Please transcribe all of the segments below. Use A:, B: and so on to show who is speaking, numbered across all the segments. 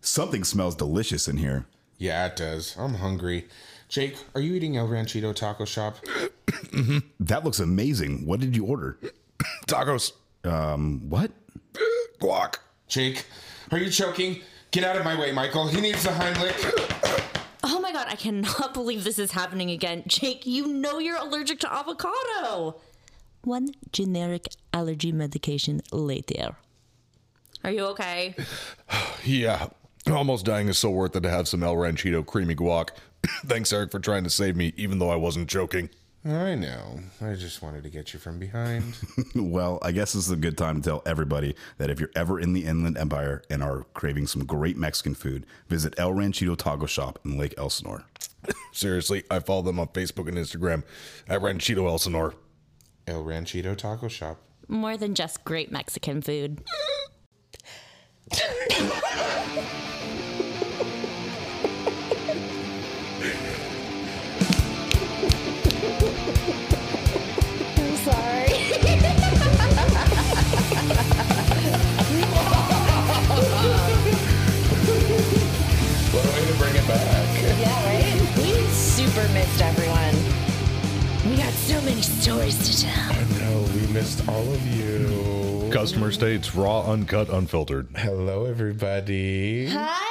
A: Something smells delicious in here.
B: Yeah, it does. I'm hungry. Jake, are you eating El Ranchito Taco Shop?
A: That looks amazing. What did you order? Um,
C: Tacos.
A: What?
C: Guac.
B: Jake, are you choking? Get out of my way, Michael. He needs the Heimlich.
D: Oh my god, I cannot believe this is happening again. Jake, you know you're allergic to avocado.
E: One generic allergy medication later.
D: Are you okay?
C: Yeah. uh, Almost dying is so worth it to have some El Ranchito creamy guac. Thanks, Eric, for trying to save me, even though I wasn't joking.
B: I know. I just wanted to get you from behind.
A: Well, I guess this is a good time to tell everybody that if you're ever in the Inland Empire and are craving some great Mexican food, visit El Ranchito Taco Shop in Lake Elsinore.
C: Seriously, I follow them on Facebook and Instagram at Ranchito Elsinore.
B: El Ranchito Taco Shop.
D: More than just great Mexican food.
F: I'm sorry.
B: What a way to bring it back.
F: yeah, right? We super missed everyone.
E: We got so many stories to tell.
B: I know. We missed all of you.
C: Customer states raw, uncut, unfiltered.
B: Hello, everybody.
F: Hi.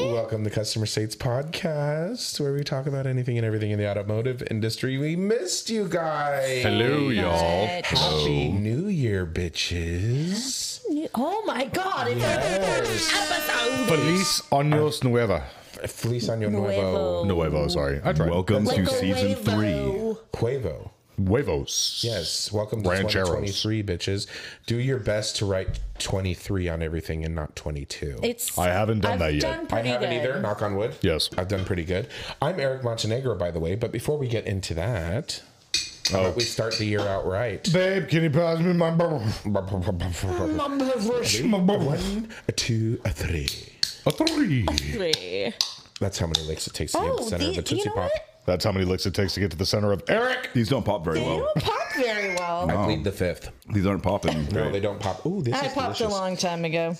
B: Welcome to Customer States Podcast, where we talk about anything and everything in the automotive industry. We missed you guys.
C: Hello, y'all.
B: Happy New Year, bitches.
E: Oh my god, it's our third episode!
C: Feliz Años Nueva.
B: Feliz Año Nuevo.
C: Nuevo, sorry. I tried.
A: Welcome to
E: Like a
A: season
E: wave,
A: three.
E: though.
B: Quavo.
C: Huevos.
B: Yes. Welcome to
C: Rancheros.
B: 2023, bitches. Do your best to write 23 on everything and not 22.
E: It's
C: I haven't done
E: I've
C: that yet.
E: done
B: I
E: pretty
B: haven't
E: good.
B: either. Knock on wood.
C: Yes.
B: I've done pretty good. I'm Eric Montenegro, by the way. But before we get into that, how
A: Oh.
B: about we start the year out right?
C: Babe, can you pass me my Mm,
B: One, a two, a three.
C: a three?
B: That's how many licks it takes to get to the
E: Oh,
B: center
E: the-
B: of a
E: you
B: Tootsie
E: know
B: Pop.
E: what?
C: That's how many licks it takes to get to the center of Eric.
A: These don't pop very well.
C: Oh.
E: Pop very well.
B: I
A: Um,
B: plead the fifth.
A: These aren't popping.
B: No, they don't pop. Ooh, this
E: I
B: is
E: popped a
B: delicious.
E: long time ago.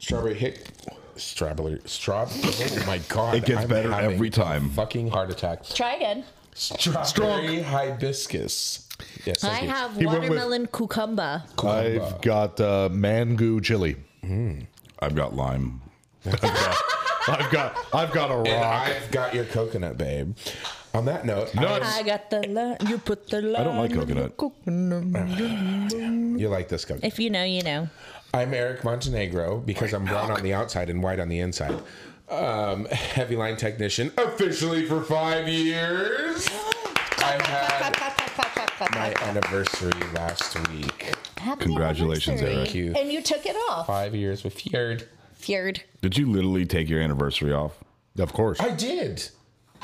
B: Strawberry hit. Strawberry. Straw. Oh my god!
A: It gets
B: I'm
A: better
B: having
A: every time.
B: Fucking heart attack.
D: Try again.
B: Strawberry hibiscus. Yes,
D: I
B: thank you.
D: have
C: went with-
D: watermelon cucumba.
C: I've got uh, mango chili.
A: Mm. I've got lime.
C: I've got I've got a
B: And
C: rock.
B: I've got your coconut, babe. On that note,
C: Nuts.
E: I got the lime. You put the lime.
A: I don't like
E: in the
A: coconut.
E: coconut.
B: you like this coconut.
E: If you know, you know.
B: I'm Eric Montenegro because I'm brown on the outside and white on the inside. Um, heavy line technician officially for five years. I had my anniversary last week.
E: Happy
A: Congratulations,
E: anniversary.
A: Eric.
B: you.
E: And you took it off.
B: Five years with Fjord.
D: Feared.
A: Did you literally take your anniversary off?
C: Of course.
B: I did.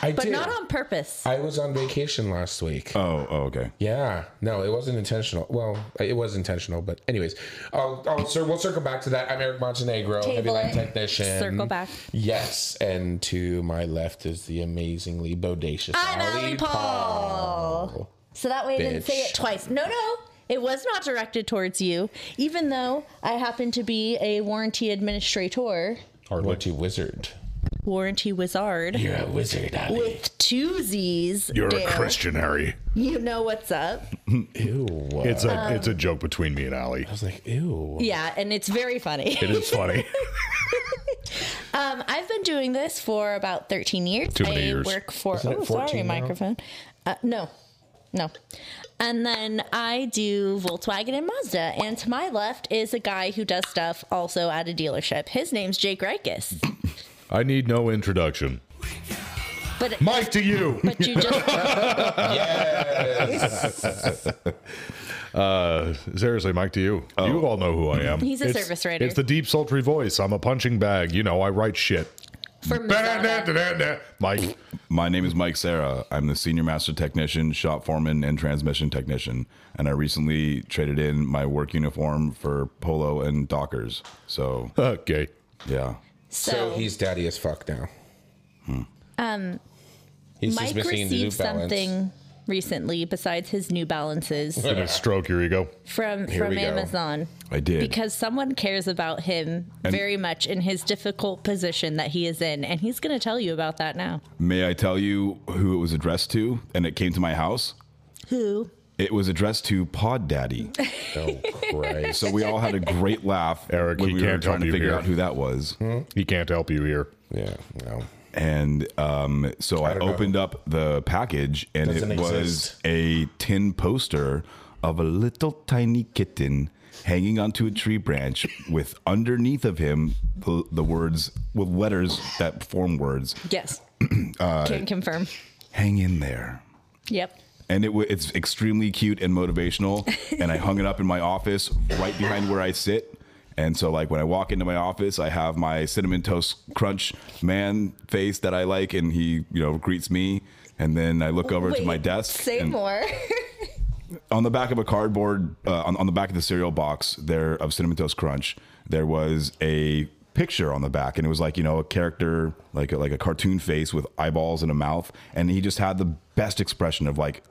B: I
D: But
B: did.
D: not on purpose.
B: I was on vacation last week.
A: Oh, oh okay.
B: Yeah, no, it wasn't intentional. Well, it was intentional, but anyways, I'll, I'll sir, we'll circle back to that. I'm Eric Montenegro, heavy
D: Table
B: line
D: it.
B: technician.
D: Circle back.
B: Yes, and to my left is the amazingly bodacious
D: I'm Allie Paul. So that way I didn't say it
B: Bitch.
D: twice. No, no. It was not directed towards you, even though I happen to be a warranty administrator,
B: Or what you wizard?
D: warranty wizard
B: You're a wizard, Allie.
D: with two Z's.
C: You're a
D: Dale.
C: Christian, Harry.
D: You know what's up.
B: Ew. I
C: It's a it's a joke between me and Allie.
B: was like, ew.
D: Yeah, and it's very funny.
C: It is funny.
D: Um, I've been doing this for about 13 years.
C: Too many
D: I
C: years.
D: work for,
B: Isn't it
D: oh, sorry,
B: 14 now?
D: microphone. Uh, no, no. And then I do Volkswagen and Mazda. And to my left is a guy who does stuff also at a dealership. His name's Jake Rikus.
C: I need no introduction.
D: But,
C: Mike to you.
D: but you just,
C: Uh, seriously, Mike to you.
A: Oh.
C: You all know who I am.
D: He's a
C: It's-
D: service writer.
C: It's the deep sultry voice. I'm a punching bag. You know, I write shit.
D: for Mazda,
C: Mike.
A: My name is Mike Sarah. I'm the senior master technician, shop foreman, and transmission technician. And I recently traded in my work uniform for polo and Dockers. So,
C: Okay.
A: yeah.
B: So
D: so,
B: he's daddy as fuck now. Um, he's
D: Mike received something recently besides his New Balances
C: Gonna stroke your ego.
D: from
B: Here
D: from
B: we go.
D: Amazon
A: I did.
D: because someone cares about him very much in his difficult position that he is in and he's going to tell you about that now.
A: May I tell you who it was addressed to? And it came to my house.
D: Who?
A: It was addressed to Pod Daddy.
B: Oh, Christ.
A: So we all had a great laugh
C: Eric,
A: when
C: he
A: we were
C: can't
A: trying
C: help
A: to
C: you
A: figure
C: here.
A: out who that was.
C: He can't help you here.
B: Yeah, no.
A: And um, so I,
B: don't know.
A: opened up the package, and
B: Doesn't
A: it was
B: exist.
A: a tin poster of a little tiny kitten hanging onto a tree branch with underneath of him the, the words with letters that form words
D: Yes.
A: Uh,
D: Can confirm.
A: hang in there
D: Yep.
A: and it w- it's extremely cute and motivational. and I hung it up in my office right behind where I sit. And so, like when I walk into my office, I have my cinnamon toast crunch man face that I like, and he you know greets me. And then I look over to my
D: Wait,
A: desk.
D: Say
A: and
D: more.
A: On the back of a cardboard, uh, on, on the back of the cereal box there of cinnamon toast crunch, there was a picture on the back, and it was like you know a character like a, like a cartoon face with eyeballs and a mouth, and he just had the best expression of like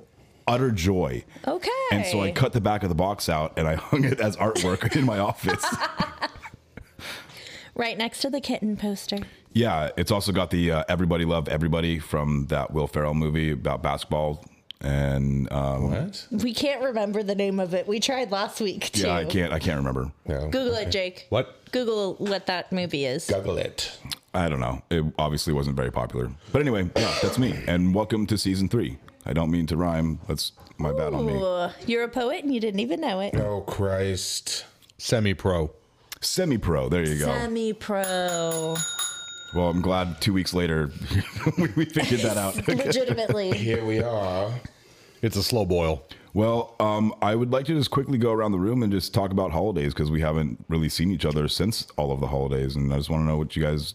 A: utter joy.
D: Okay.
A: And so I cut the back of the box out and I hung it as artwork in my office.
D: right next to the kitten poster.
A: Yeah, it's also got the uh, "Everybody Love Everybody" from that Will Ferrell movie about basketball. And um,
B: What?
D: We can't remember the name of it. We tried last week too.
A: yeah, I can't. I can't remember.
B: No.
D: Google it, Jake.
C: What?
D: Google what that movie is.
B: Google it.
A: I don't know. It obviously wasn't very popular. But anyway, yeah, that's me. And welcome to season three. I don't mean to rhyme. That's my bad on me.
D: Ooh, you're a poet and you didn't even know it.
B: Oh, Christ.
C: Semi pro.
A: Semi pro. There you go.
D: Semi pro.
A: Well, I'm glad two weeks later we, we figured that out.
D: Legitimately.
B: Here we are.
C: It's a slow boil.
A: Well, um, I would like to just quickly go around the room and just talk about holidays because we haven't really seen each other since all of the holidays, and I just want to know what you guys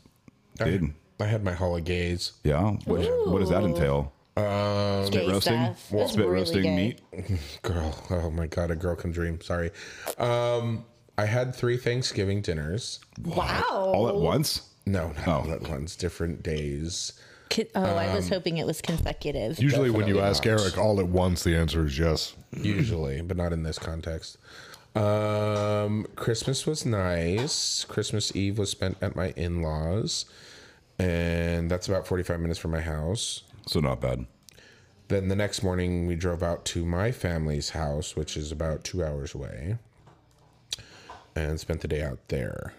A: did.
B: I had my holidays.
A: Yeah, what, what does that entail?
B: Um,
D: Gay
A: Roasting,
D: stuff. That's
A: spit
D: really
A: roasting
D: gay.
A: meat.
B: girl. Oh, my God. A girl can dream. Sorry. Um, I had three Thanksgiving dinners.
D: Wow.
A: all at once.
B: No, not all
A: Oh.
B: at once. Different days.
D: Ki- Oh, I
A: Um,
D: was hoping it was consecutive.
C: Usually, when you
B: Definitely
C: ask
B: not.
C: Eric all at once, the answer is yes.
B: usually, but not in this context. Um, Christmas was nice. Christmas Eve was spent at my in laws, and that's about 45 minutes from my house.
A: So not bad.
B: Then the next morning, we drove out to my family's house, which is about two hours away, and spent the day out there.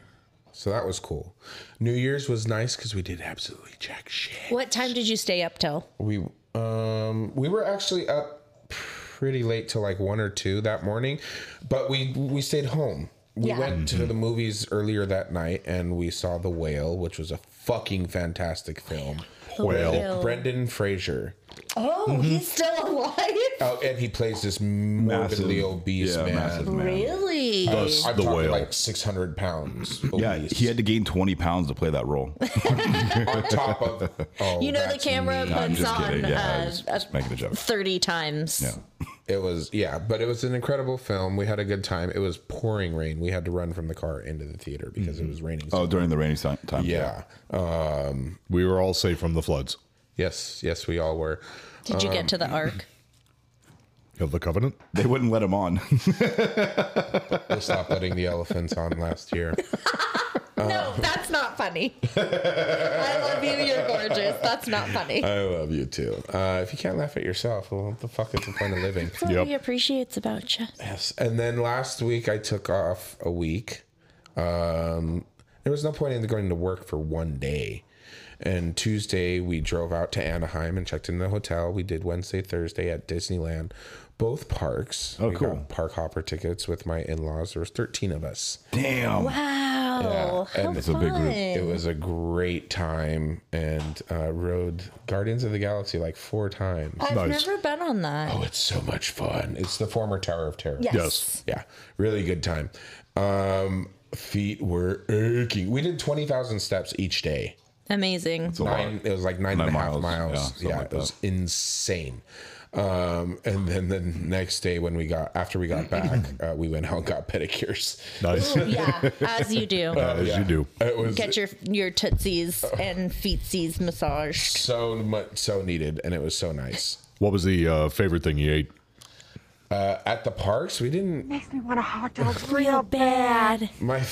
B: So that was cool. New Year's was nice because we did absolutely jack shit.
D: What time did you stay up till?
B: We um we were actually up pretty late till like one or two that morning, but we we stayed home. We
D: Yeah.
B: went to the movies earlier that night and we saw The Whale, which was a fucking fantastic film.
D: Whale.
B: Brendan Fraser.
D: Oh,
A: Mm-hmm.
D: he's still alive?
B: Oh, and he plays this morbidly obese
A: yeah,
B: man.
A: massive man.
D: Really?
B: I'm
C: The
B: talking
C: whale.
B: like 600 pounds.
A: Yeah,
B: obese.
A: he had to gain 20 pounds to play that role.
B: on top of. Oh,
D: you know the
B: that's
D: camera
B: mean.
A: I'm
D: puts
A: just
D: on
A: kidding. Yeah, I
D: uh,
A: was
D: uh,
A: just making a joke.
D: 30 times.
A: Yeah.
B: It was yeah, but it was an incredible film. We had a good time. It was pouring rain. We had to run from the car into the theater because it was raining.
A: Oh, during the rainy si- time.
B: Yeah. Um,
C: We were all safe from the floods
B: yes. Yes, we all were.
D: Did you get to the arc?
C: of the covenant.
A: They wouldn't let him on.
B: They stopped letting the elephants on last year.
D: No, that's not funny. I love you. You're gorgeous. That's not funny.
B: I love you too. Uh, if you can't laugh at yourself, well, what the fuck is the point of living?
D: That's what
C: Yep.
D: he appreciates about you.
B: Yes. And then last week I took off a week. Um, there was no point in going to work for one day. And Tuesday we drove out to Anaheim and checked into the hotel. We did Wednesday, Thursday at Disneyland, both parks.
A: Oh,
B: We got
A: cool.
B: park hopper tickets with my in-laws. There was thirteen of us.
A: Damn.
D: Wow.
B: Yeah,
D: how
B: and it's
A: a
D: fun.
A: big group.
B: It was a great time and uh, rode Guardians of the Galaxy like four times.
D: I've
C: Nice.
D: never been on that.
B: Oh, it's so much fun. It's the former Tower of Terror.
D: yes.
C: yes.
B: Yeah, really good time. Um, feet were aching. We did twenty thousand steps each day.
D: Amazing.
A: It's a lot.
B: Nine, it was like nine and a
A: Nine
B: half
A: miles, yeah,
B: miles.
A: something
B: Yeah,
A: like
B: it was insane. Um, and then the next day when we got after we got back, uh, we went out and got pedicures.
C: Nice.
D: yeah, as you do.
C: As you do.
B: It was
D: Get your your tootsies and feetsies massaged.
B: so much so needed, and it was so nice.
C: What was the uh, favorite thing you ate?
B: At the parks, we didn't.
E: Makes me want a hot dog.
D: Real bad.
B: My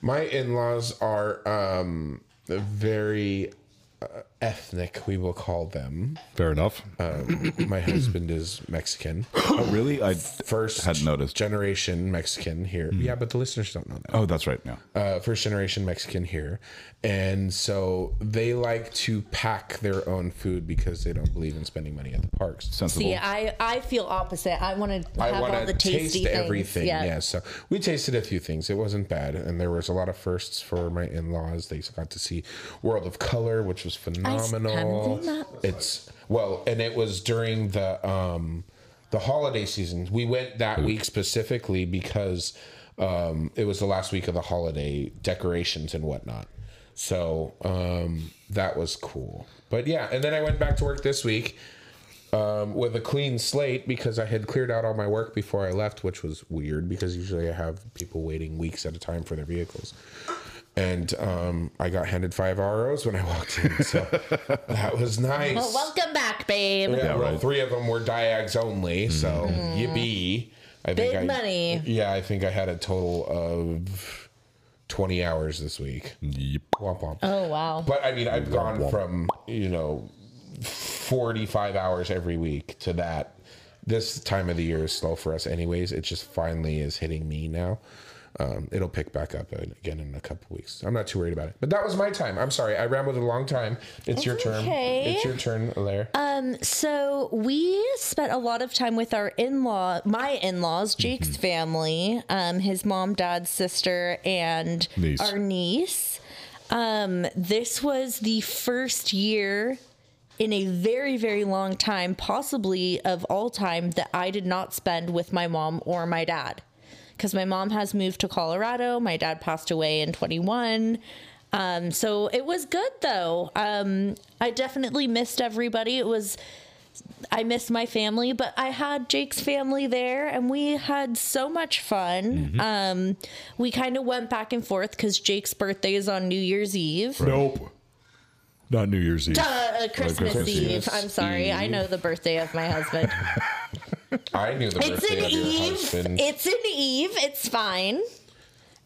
B: my in laws are um, very uh, ethnic. We will call them.
C: Fair enough.
B: Uh, My husband is Mexican,
A: Oh, really? I
B: first
A: Hadn't noticed. Hmm.
B: generation Mexican here. Yeah, but the listeners don't know that.
A: oh, that's right. Yeah.
B: uh, first generation Mexican here, and so they like to pack their own food because they don't believe in spending money at the parks.
A: Sensible.
D: See, I, I feel opposite. I want to
B: I
D: have
B: want
D: all the
B: to
D: tasty
B: taste
D: things.
B: everything.
D: Yeah.
B: Yeah. So we tasted a few things. It wasn't bad, and there was a lot of firsts for my in-laws. They got to see World of Color, which was phenomenal.
D: seen that.
B: It's well, and it was during the um, the holiday season. We went that week specifically because um, it was the last week of the holiday decorations and whatnot. So um, that was cool. But yeah, and then I went back to work this week um, with a clean slate because I had cleared out all my work before I left, which was weird because usually I have people waiting weeks at a time for their vehicles. And um, I got handed five ROs when I walked in, so that was nice.
D: Well, welcome back, babe.
B: Yeah, well,
A: right.
B: three of them were diags only, so yippee! I
D: Mm-hmm. Big money.
B: Yeah, I think I had a total of twenty hours this week.
C: Yep.
B: Womp womp.
D: Oh, wow.
B: But I mean, I've gone from you know forty-five hours every week to that. This time of the year is slow for us, anyways. It just finally is hitting me now. Um, it'll pick back up again in a couple weeks. I'm not too worried about it. But that was my time. I'm sorry, I rambled a long time. It's your turn.
D: okay. Uh,
B: It's your turn, Alaire.
D: Um, So we spent a lot of time with our in-law, my in-laws, Jake's family, um, his mom, dad, sister, and
C: Niece.
D: our niece. Um, this was the first year in a very, very long time, possibly of all time, that I did not spend with my mom or my dad. Because my mom has moved to Colorado. My dad passed away in 21. Um, so it was good though. Um, I definitely missed everybody. It was, I missed my family, but I had Jake's family there and we had so much fun. Um, we kind of went back and forth because Jake's birthday is on New Year's Eve.
C: Nope. Not New Year's Eve.
D: Uh, Christmas,
A: Christmas
D: Eve.
B: Eve.
D: I'm sorry. I know the birthday of my husband.
B: I knew the
D: it's
B: birthday
D: an
B: of your
D: Eve.
B: husband.
D: It's an Eve. It's fine.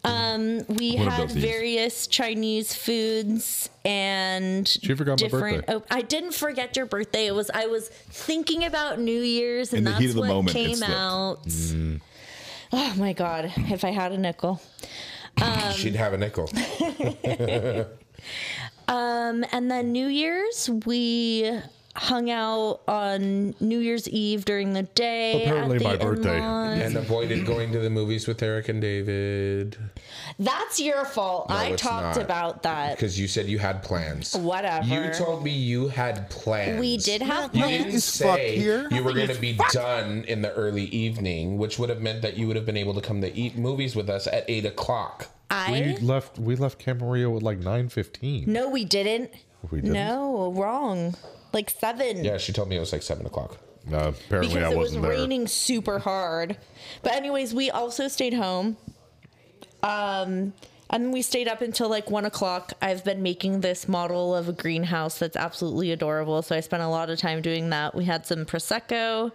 D: Um, we
C: One of
D: had
C: those Eves.
D: various Chinese foods and
C: She forgot my
D: different.
C: birthday.
D: Oh, I didn't forget your birthday. It was I was thinking about New Year's and
A: In the
D: that's
A: heat of the
D: what
A: moment, it
D: came
A: slipped.
D: out. Oh my god! If I had a nickel.
B: She'd have a nickel.
D: Um, And then New Year's, we hung out on New Year's Eve during the day. at
C: Apparently
D: the
C: my birthday.
D: in-laws.
B: and avoided going to the movies with Eric and David
D: That's your fault. I
B: it's
D: talked
B: not.
D: about that.
B: because you said you had plans.
D: Whatever.
B: You told me you had plans.
D: we did have
B: You
D: plans.
B: didn't say you were going to be done in the early evening, which would have meant that you would have been able to come to eat movies with us at eight o'clock.
D: I
C: left. We left Camarillo at like nine fifteen.
D: no, we didn't.
C: We didn't?
D: No, wrong. Like seven.
B: Yeah, she told me it was like seven o'clock.
C: Uh, apparently,
D: because
C: I
D: it was
C: wasn't there.
D: raining super hard. But anyways, we also stayed home. Um, and we stayed up until like one o'clock. I've been making this model of a greenhouse that's absolutely adorable. So I spent a lot of time doing that. We had some prosecco,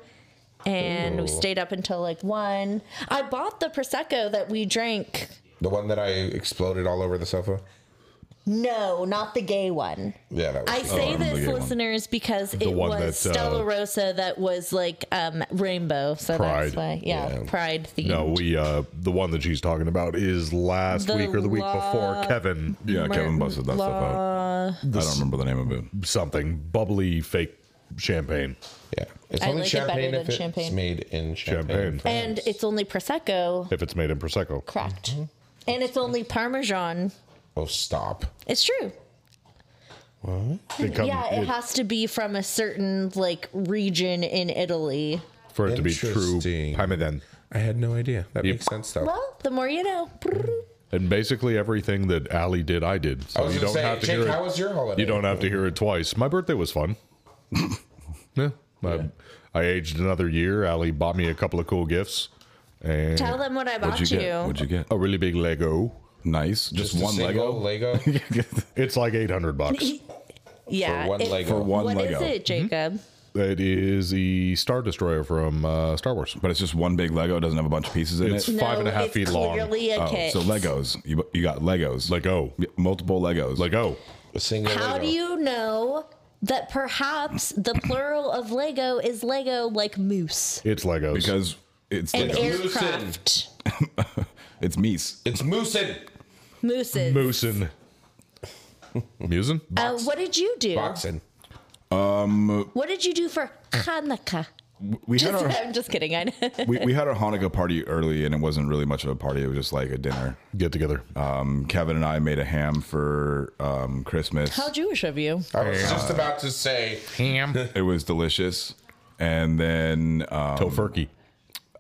D: and we stayed up until like one. I bought the prosecco that we drank.
B: The one that I exploded all over the sofa.
D: No, not the gay one.
B: Yeah, that was.
D: I say
A: remember the
D: this,
A: gay one.
D: listeners, because it
C: one
D: was
C: that, uh,
D: Stella Rosa that was like um, rainbow. So
C: Pride.
D: that's why, yeah, pride themed.
C: No, we uh the one that she's talking about is last
D: The
C: week or the week before
D: law-
C: Kevin
A: yeah, Kevin busted that stuff out. I don't remember the name of it.
C: something bubbly fake champagne.
B: yeah, it's
D: I
B: only
D: like it better
B: champagne
D: than
B: if it's
D: champagne.
B: made in
C: Champagne.
B: champagne.
D: and it's only prosecco
C: If it's made in prosecco.
D: cracked, and it's only parmesan.
B: Oh, stop!
D: It's true.
C: It come-
D: Yeah, it
C: it-
D: has to be from a certain like region in Italy.
C: for it to be true.
B: Interesting.
C: Parmesan.
B: I had no idea. That makes sense though.
D: Well, the more you know.
C: And basically everything that Allie did, I did. So
B: I was
C: you
B: gonna
C: don't
B: say,
C: have to
B: Jake,
C: hear
B: how
C: it.
B: was your holiday?
C: you don't have to hear it twice. My birthday was fun. yeah, I, I aged another year. Allie bought me a couple of cool gifts and
D: Tell them what I bought
A: What'd you
D: you.
A: get? What'd you get?
C: a really big Lego.
A: Nice. Just,
B: Just a
A: one
B: single
A: Lego.
B: Lego.
C: It's like eight hundred bucks.
D: yeah,
B: One
D: it-
B: Lego.
A: For one
D: What is
A: Lego.
D: it, Jacob?
C: It is the Star Destroyer from uh, Star Wars.
A: But it's just one big Lego. It doesn't have a bunch of pieces in
C: It's
A: it. Oh,
C: five and a half
D: it's
C: feet long.
D: Clearly a kit.
A: So Legos. You, you got Legos.
C: Lego.
A: multiple Legos.
C: Lego.
B: A single
D: How
B: Lego.
D: do you know that perhaps the plural of Lego is Lego like moose?
C: It's Legos.
A: because it's
D: An
A: Legos.
B: Moose and-
D: aircraft.
A: it's Meese.
B: It's moosin.
D: Mooses.
C: Moosin. Musin?
D: Uh, what did you do?
B: Boxing.
D: What did you do for Hanukkah?
A: We had our
D: I'm just kidding. I know.
A: we, we had our Hanukkah party early, and it wasn't really much of a party. It was just like a dinner.
C: Get together.
A: Um, Kevin and I made a ham for um, Christmas.
D: How Jewish of you.
B: I was just about to say
C: Ham.
A: it was delicious. And then um,
C: Tofurkey.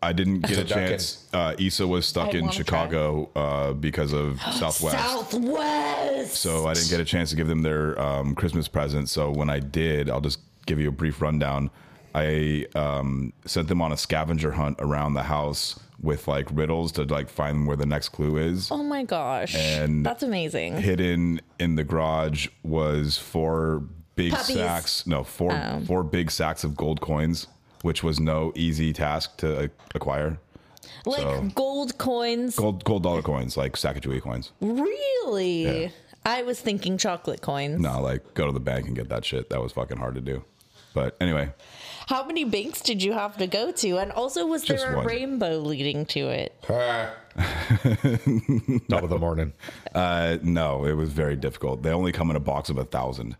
A: I didn't get a
B: Duck in.
A: chance. Uh, Issa was stuck
D: I
A: in
D: wanna try.
A: Chicago uh, because of Southwest.
D: Southwest.
A: So Oh, I didn't get a chance to give them their um, Christmas present. So when I did, I'll just give you a brief rundown. I um, sent them on a scavenger hunt around the house with like riddles to like find where the next clue is.
D: Oh my gosh.
A: And-
D: That's amazing.
A: Hidden in the garage was four big
D: Puppies.
A: sacks. No, four four big sacks of gold coins, which was no easy task to uh, acquire.
D: like gold coins.
A: Gold gold dollar coins, like Sacagawea coins.
D: Really? I was thinking chocolate coins.
A: No, like go to the bank and get that shit. That was fucking hard to do. But anyway,
D: How many banks did you have to go to? And also, was
A: Just
D: there a
A: one.
D: rainbow leading to it?
B: uh,
C: Top of the morning.
A: Uh, no, it was very difficult. They only come in a box of a thousand.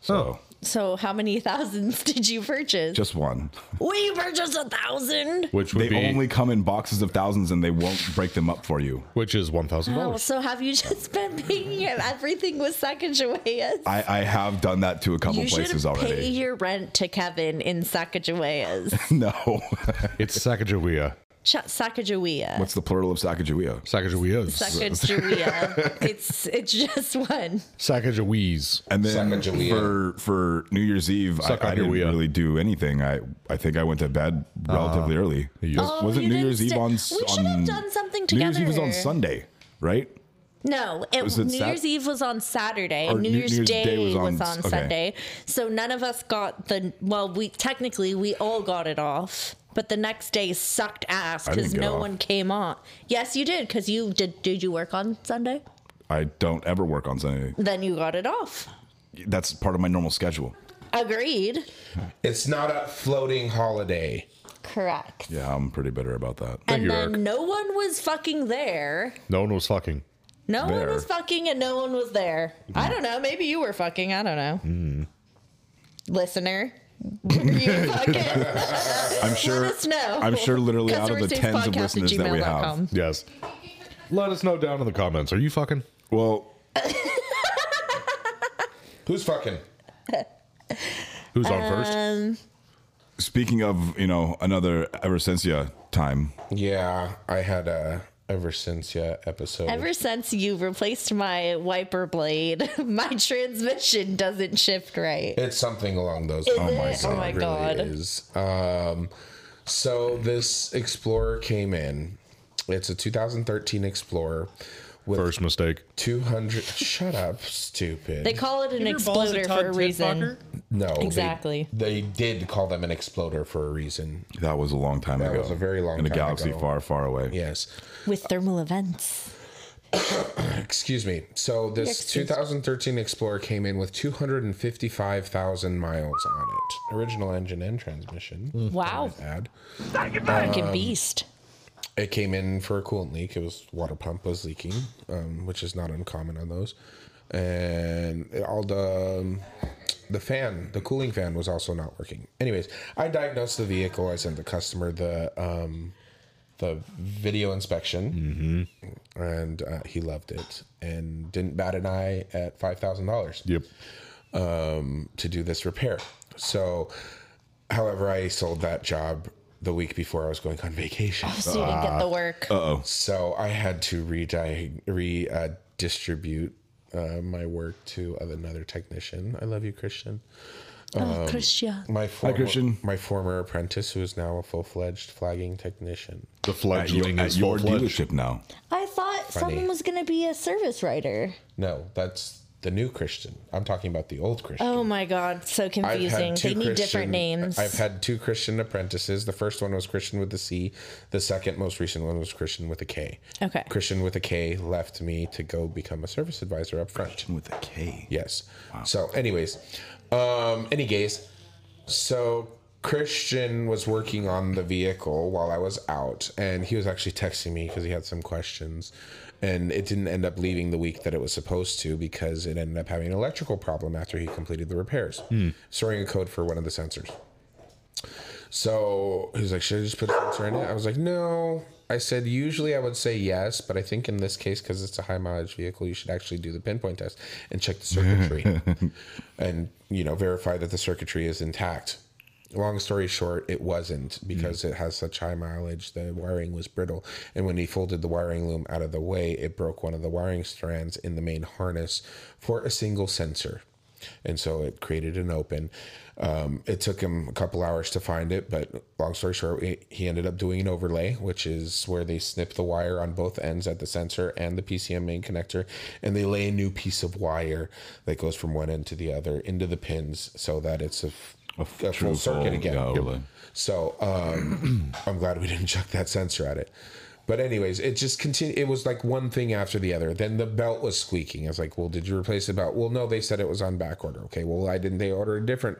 A: So
D: So, how many thousands did you purchase?
A: just one.
D: we purchased a thousand.
C: Which
A: They
C: would be,
A: only come in boxes of thousands and they won't break them up for you.
C: which is one thousand
D: Oh,
C: dollars.
D: so have you just been picking up everything with Sacagaweas?
A: I, I have done that to a couple
D: You should
A: places
D: pay
A: already.
D: your rent to Kevin in Sacagaweas.
A: No.
C: It's Sacagawea.
D: Ch- Sacagawea.
A: What's the plural of Sacagawea?
C: Sacagaweas.
D: Sacagawea. it's it's just one.
C: Sacagawees.
A: And then
B: Sacagawea.
A: for for New Year's Eve, I, I didn't
C: Sacagawea. Ah.
A: really do anything. I, I think I went to bed relatively early.
D: Oh,
A: Wasn't
D: you
A: New
D: didn't
A: Year's Eve
D: stay-
A: on
D: We
A: s-
D: should have
A: on-
D: done something
A: New Year's Eve was on
D: together.
A: Sunday, right?
D: No, it,
A: Was it
D: New
A: Sat-
D: Year's Eve was on Saturday.
A: Or
D: New, Year's, Day, was on,
A: okay.
D: Sunday. So none of us got the well. We technically we all got it off, but the next day sucked ass
A: didn't
D: because
A: get
D: no
A: off.
D: one came on. Yes, you did because you did. Did you work on Sunday?
A: I don't ever work on Sunday.
D: Then you got it off.
A: That's part of my normal schedule.
D: Agreed.
B: it's not a floating holiday.
D: Correct.
A: Yeah, I'm pretty bitter about that.
D: and
C: you,
D: then
C: Eric.
D: no one was fucking there.
C: No one was fucking.
D: No one
A: There. Mm-hmm.
D: was fucking and no one was there. I don't know. Maybe you were fucking. I don't know. Listener, were you fucking?
A: I'm sure.
D: us know.
A: I'm sure literally out of the
D: Customer
A: tens of
D: service
A: listeners that we
D: podcast at
A: have.
D: gmail.com.
C: Yes. Let us know down in the comments. Are you fucking?
A: Well,
B: Who's fucking?
C: Who's on first?
D: Um,
A: speaking of, you know, another Eversensia time,
B: Yeah, I had a ever since yeah episode.
D: ever since you replaced my wiper blade, my transmission doesn't shift right.
B: It's something along those.
D: Oh my it? Oh God. my
B: It really
D: God.
B: is. Um, so this Explorer came in. It's a 2013 Explorer with
C: First mistake.
B: 200. shut up, stupid.
D: They call it an exploder for a reason.
B: no, they-
D: Exactly.
B: They, did call them an exploder for a reason.
A: that was a long time ago.
B: was a very long
A: In a
B: time
A: galaxy
B: ago.
A: far, far away.
B: Yes.
D: With thermal events.
B: Excuse me. So this
D: excuse-
B: 2013 Explorer came in with 255,000 miles on it. Original engine and transmission.
D: Wow.
B: Add.
D: Fucking
B: Um,
D: beast.
B: It came in for a coolant leak. It was water pump was leaking, um, which is not uncommon on those. And all the um, the fan, the cooling fan, was also not working. Anyways, I diagnosed the vehicle. I sent the customer the um, the video inspection, mm-hmm. and uh, he loved it and didn't bat an eye at five thousand dollars
C: Yep.
B: um, to do this repair. So, however, I sold that job the week before I was going on vacation.
D: So you didn't get
B: uh,
D: the work.
B: um, So I had to re re uh, distribute uh, my work to another technician. I love you, Christian.
D: oh, Christian.
B: My former,
A: Christian.
B: my former apprentice, who is now a full fledged flagging technician.
C: The
A: At your,
C: fledgling
A: at
C: is
A: your
C: full-fledged.
A: dealership now.
D: I thought someone was going to be a service writer.
B: No, that's the new Christian. I'm talking about the old Christian.
D: Oh my god, so confusing. They need different names.
B: I've had two Christian apprentices. The first one was Christian with a C. The second, most recent one was Christian with a K.
D: Okay.
B: Christian with a K left me to go become a service advisor up front.
A: With a K.
B: Yes. So, anyways, um, any gays. So Christian was working on the vehicle while I was out, and he was actually texting me because he had some questions, and it didn't end up leaving the week that it was supposed to because it ended up having an electrical problem after he completed the repairs, storing a code for one of the sensors. So he was like, "Should I just put a sensor in it?" I was like, "No." I said, "Usually I would say yes, but I think in this case, because it's a high mileage vehicle, you should actually do the pinpoint test and check the circuitry, and you know verify that the circuitry is intact." Long story short, it wasn't because it has such high mileage. The wiring was brittle, and when he folded the wiring loom out of the way, it broke one of the wiring strands in the main harness for a single sensor and so it created an open. Um, it took him a couple hours to find it, but long story short, he- he ended up doing an overlay, which is where they snip the wire on both ends at the sensor and the PCM main connector, and they lay a new piece of wire that goes from one end to the other into the pins so that it's a, f-
A: A
B: a
A: f- true
B: full circuit
A: full,
B: again.
A: yeah, overlay.
B: So um, I'm glad we didn't chuck that sensor at it. But anyways, it just continued. It was like one thing after the other. Then the belt was squeaking. I was like, "Well, did you replace the belt?" Well, no, they said it was on back order. Okay, well, I didn't. They order a different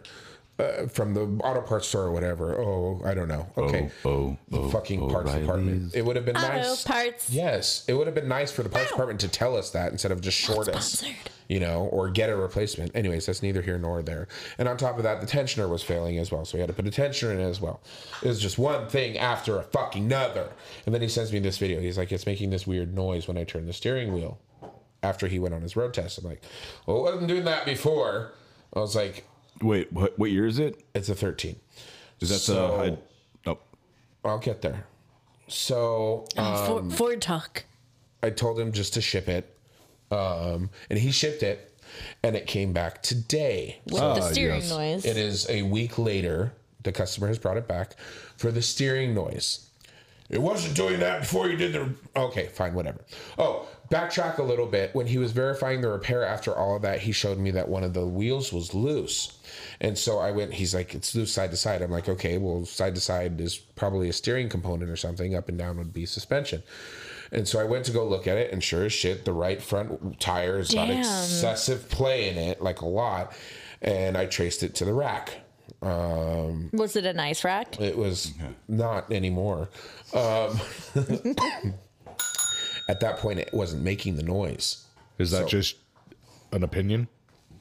B: uh, from the auto parts store or whatever. Oh, I don't know. Okay,
A: oh, oh,
B: fucking parts department. It would have been nice.
D: parts.
B: Yes, it would have been nice for the parts department to tell us that instead of just short us, you know, or get a replacement. Anyways, that's neither here nor there. And on top of that, the tensioner was failing as well, so we had to put a tensioner in as well. It was just one thing after a fucking another. And then he sends me this video. He's like, "It's making this weird noise when I turn the steering wheel." After he went on his road test, I'm like, "Well, it wasn't doing that before." I was like,
A: Wait, what, what year is it?
B: "It's a 13."
A: Is that
B: So-
A: the? I, oh,
B: I'll get there. So Um,
D: Ford, Ford talk.
B: I told him just to ship it, um, and he shipped it, and it came back today.
D: With the steering noise.
B: uh, It is a week later. The customer has brought it back for the steering noise. It wasn't doing that before you did the. Okay, fine, whatever. Oh, backtrack a little bit. When he was verifying the repair after all of that, he showed me that one of the wheels was loose. And so I went, he's like, it's loose side to side. I'm like, okay, well, side to side is probably a steering component or something. Up and down would be suspension. And so I went to go look at it, and sure as shit, the right front tire has got
D: Damn.
B: excessive play in it, like a lot. And I traced it to the rack. Um,
D: Was it a nice rack?
B: it was not anymore. Um, at that point, it wasn't making the noise.
C: Is that just an opinion?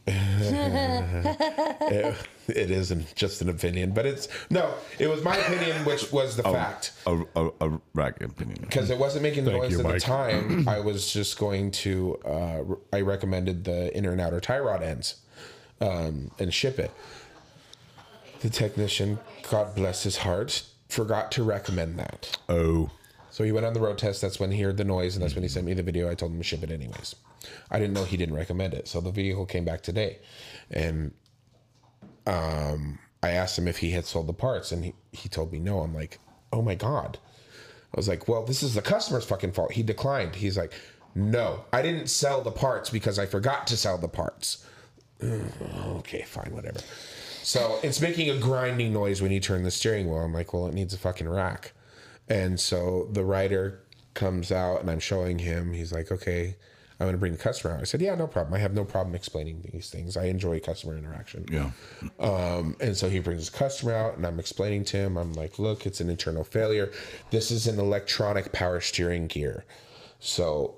B: It, it isn't just an opinion, but it's no. It was my opinion, which was the fact.
A: a, a, a rack opinion.
B: because it wasn't making the
C: Thank
B: noise
C: you,
B: at the
C: Mike.
B: time. I was just going to. Uh, r- I recommended the inner and outer tie rod ends, um, and ship it. The technician, God bless his heart, forgot to recommend that.
C: Oh,
B: So he went on the road test. That's when he heard the noise, and that's when he sent me the video. I told him to ship it anyways. I didn't know he didn't recommend it. So the vehicle came back today, and um, I asked him if he had sold the parts, and he, he told me no. I'm like, oh my god. I was like, well, this is the customer's fucking fault. He declined. He's like, no, I didn't sell the parts because I forgot to sell the parts. okay, fine, whatever. So it's making a grinding noise when you turn the steering wheel. I'm like, well, it needs a fucking rack. And so the rider comes out and I'm showing him. He's like, okay, I'm going to bring the customer out. I said, yeah, no problem. I have no problem explaining these things. I enjoy customer interaction.
A: Yeah.
B: Um, and so he brings his customer out, and I'm explaining to him, I'm like, look, it's an internal failure. This is an electronic power steering gear. So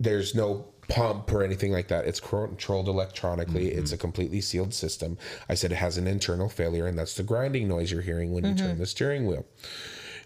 B: there's no pump or anything like that. It's controlled electronically, it's a completely sealed system. I said it has an internal failure, and that's the grinding noise you're hearing when you turn the steering wheel.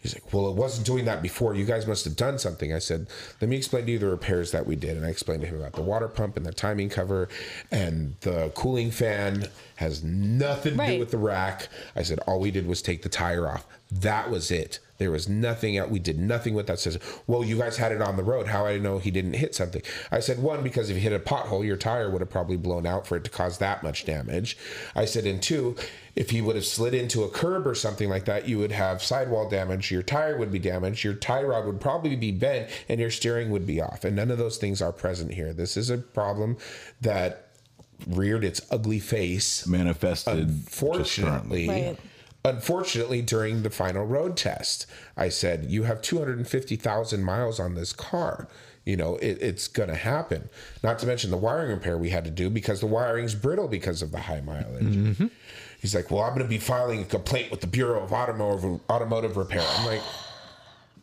B: He's like, Well, it wasn't doing that before. You guys must have done something. I said, Let me explain to you the repairs that we did. And I explained to him about the water pump and the timing cover and the cooling fan has nothing to do
D: Right.
B: with the rack. I said, All we did was take the tire off. That was it. There was nothing out. We did nothing with that system. Well, you guys had it on the road. How I know he didn't hit something? I said, one, because if you hit a pothole, your tire would have probably blown out for it to cause that much damage. I said, and two, if he would have slid into a curb or something like that, you would have sidewall damage. Your tire would be damaged. Your tie rod would probably be bent and your steering would be off. And none of those things are present here. This is a problem that reared its ugly face.
A: manifested just currently.
B: Fortunately,
D: Right.
B: unfortunately, during the final road test, I said, "You have 250,000 miles on this car. You know it, it's going to happen." Not to mention the wiring repair we had to do because the wiring's brittle because of the high mileage.
A: Mm-hmm.
B: He's like, "Well, I'm going to be filing a complaint with the Bureau of Automotive Automotive Repair." I'm like.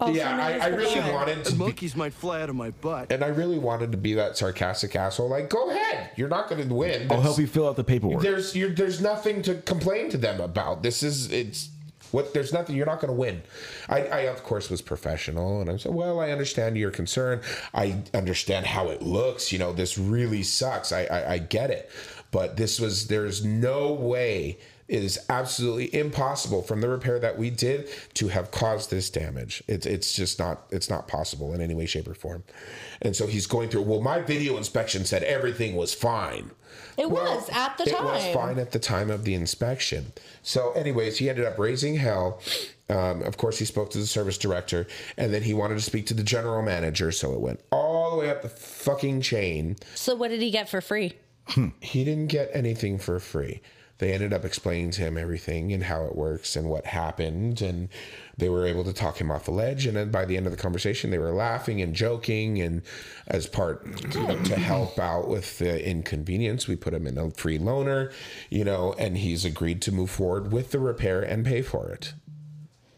B: yeah,
D: known
B: I,
D: as
B: I
D: the
B: really
D: Bureau.
B: wanted to
G: The
B: be
G: monkeys might fly out of my butt.
B: and I really wanted to be that sarcastic asshole. Like, go ahead, you're not going to win.
A: I'll help you fill out the paperwork.
B: There's you're, there's nothing to complain to them about. This is it's what there's nothing you're not going to win. I, I of course was professional, and I said, well, I understand your concern. I understand how it looks. You know, this really sucks. I I, I get it, but this was there's no way. It is absolutely impossible from the repair that we did to have caused this damage. It's it's just not it's not possible in any way, shape, or form. And so he's going through. Well, my video inspection said everything was fine.
D: It
B: Well,
D: was at the
B: It
D: time.
B: was fine at the time of the inspection. So, anyways, he ended up raising hell. Um, of course, he spoke to the service director, and then he wanted to speak to the general manager. So it went all the way up the fucking chain.
D: So what did he get for free?
B: He didn't get anything for free. They ended up explaining to him everything and how it works and what happened, and they were able to talk him off the ledge. And then by the end of the conversation, they were laughing and joking. And as part you know, to help out with the inconvenience, we put him in a free loaner, you know, and he's agreed to move forward with the repair and pay for it.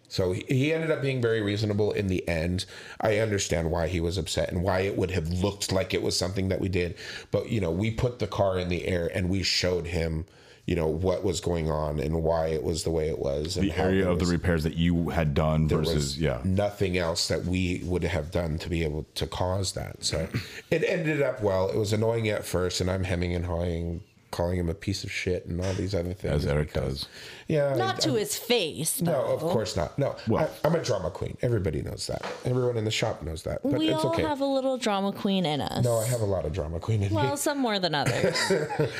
B: So he- he ended up being very reasonable in the end. I understand why he was upset and why it would have looked like it was something that we did. But, you know, we put the car in the air and we showed him, you know, what was going on and why it was the way it was. And
A: the area of the repairs that you had done versus yeah.
B: nothing else that we would have done to be able to cause that. So it ended up well. It was annoying at first, and I'm hemming and hawing, calling him a piece of shit and all these other
A: As
B: things.
A: Eric does.
B: Yeah.
D: Not
B: I-
D: to his face.
B: No,
D: though.
B: of course not. No,
A: Well-
B: I, I'm a drama queen. Everybody knows that. Everyone in the shop knows that. But
D: we
B: it's
D: all
B: okay.
D: have a little drama queen in us.
B: no, I have a lot of drama queen in
D: well,
B: me,
D: some more than others.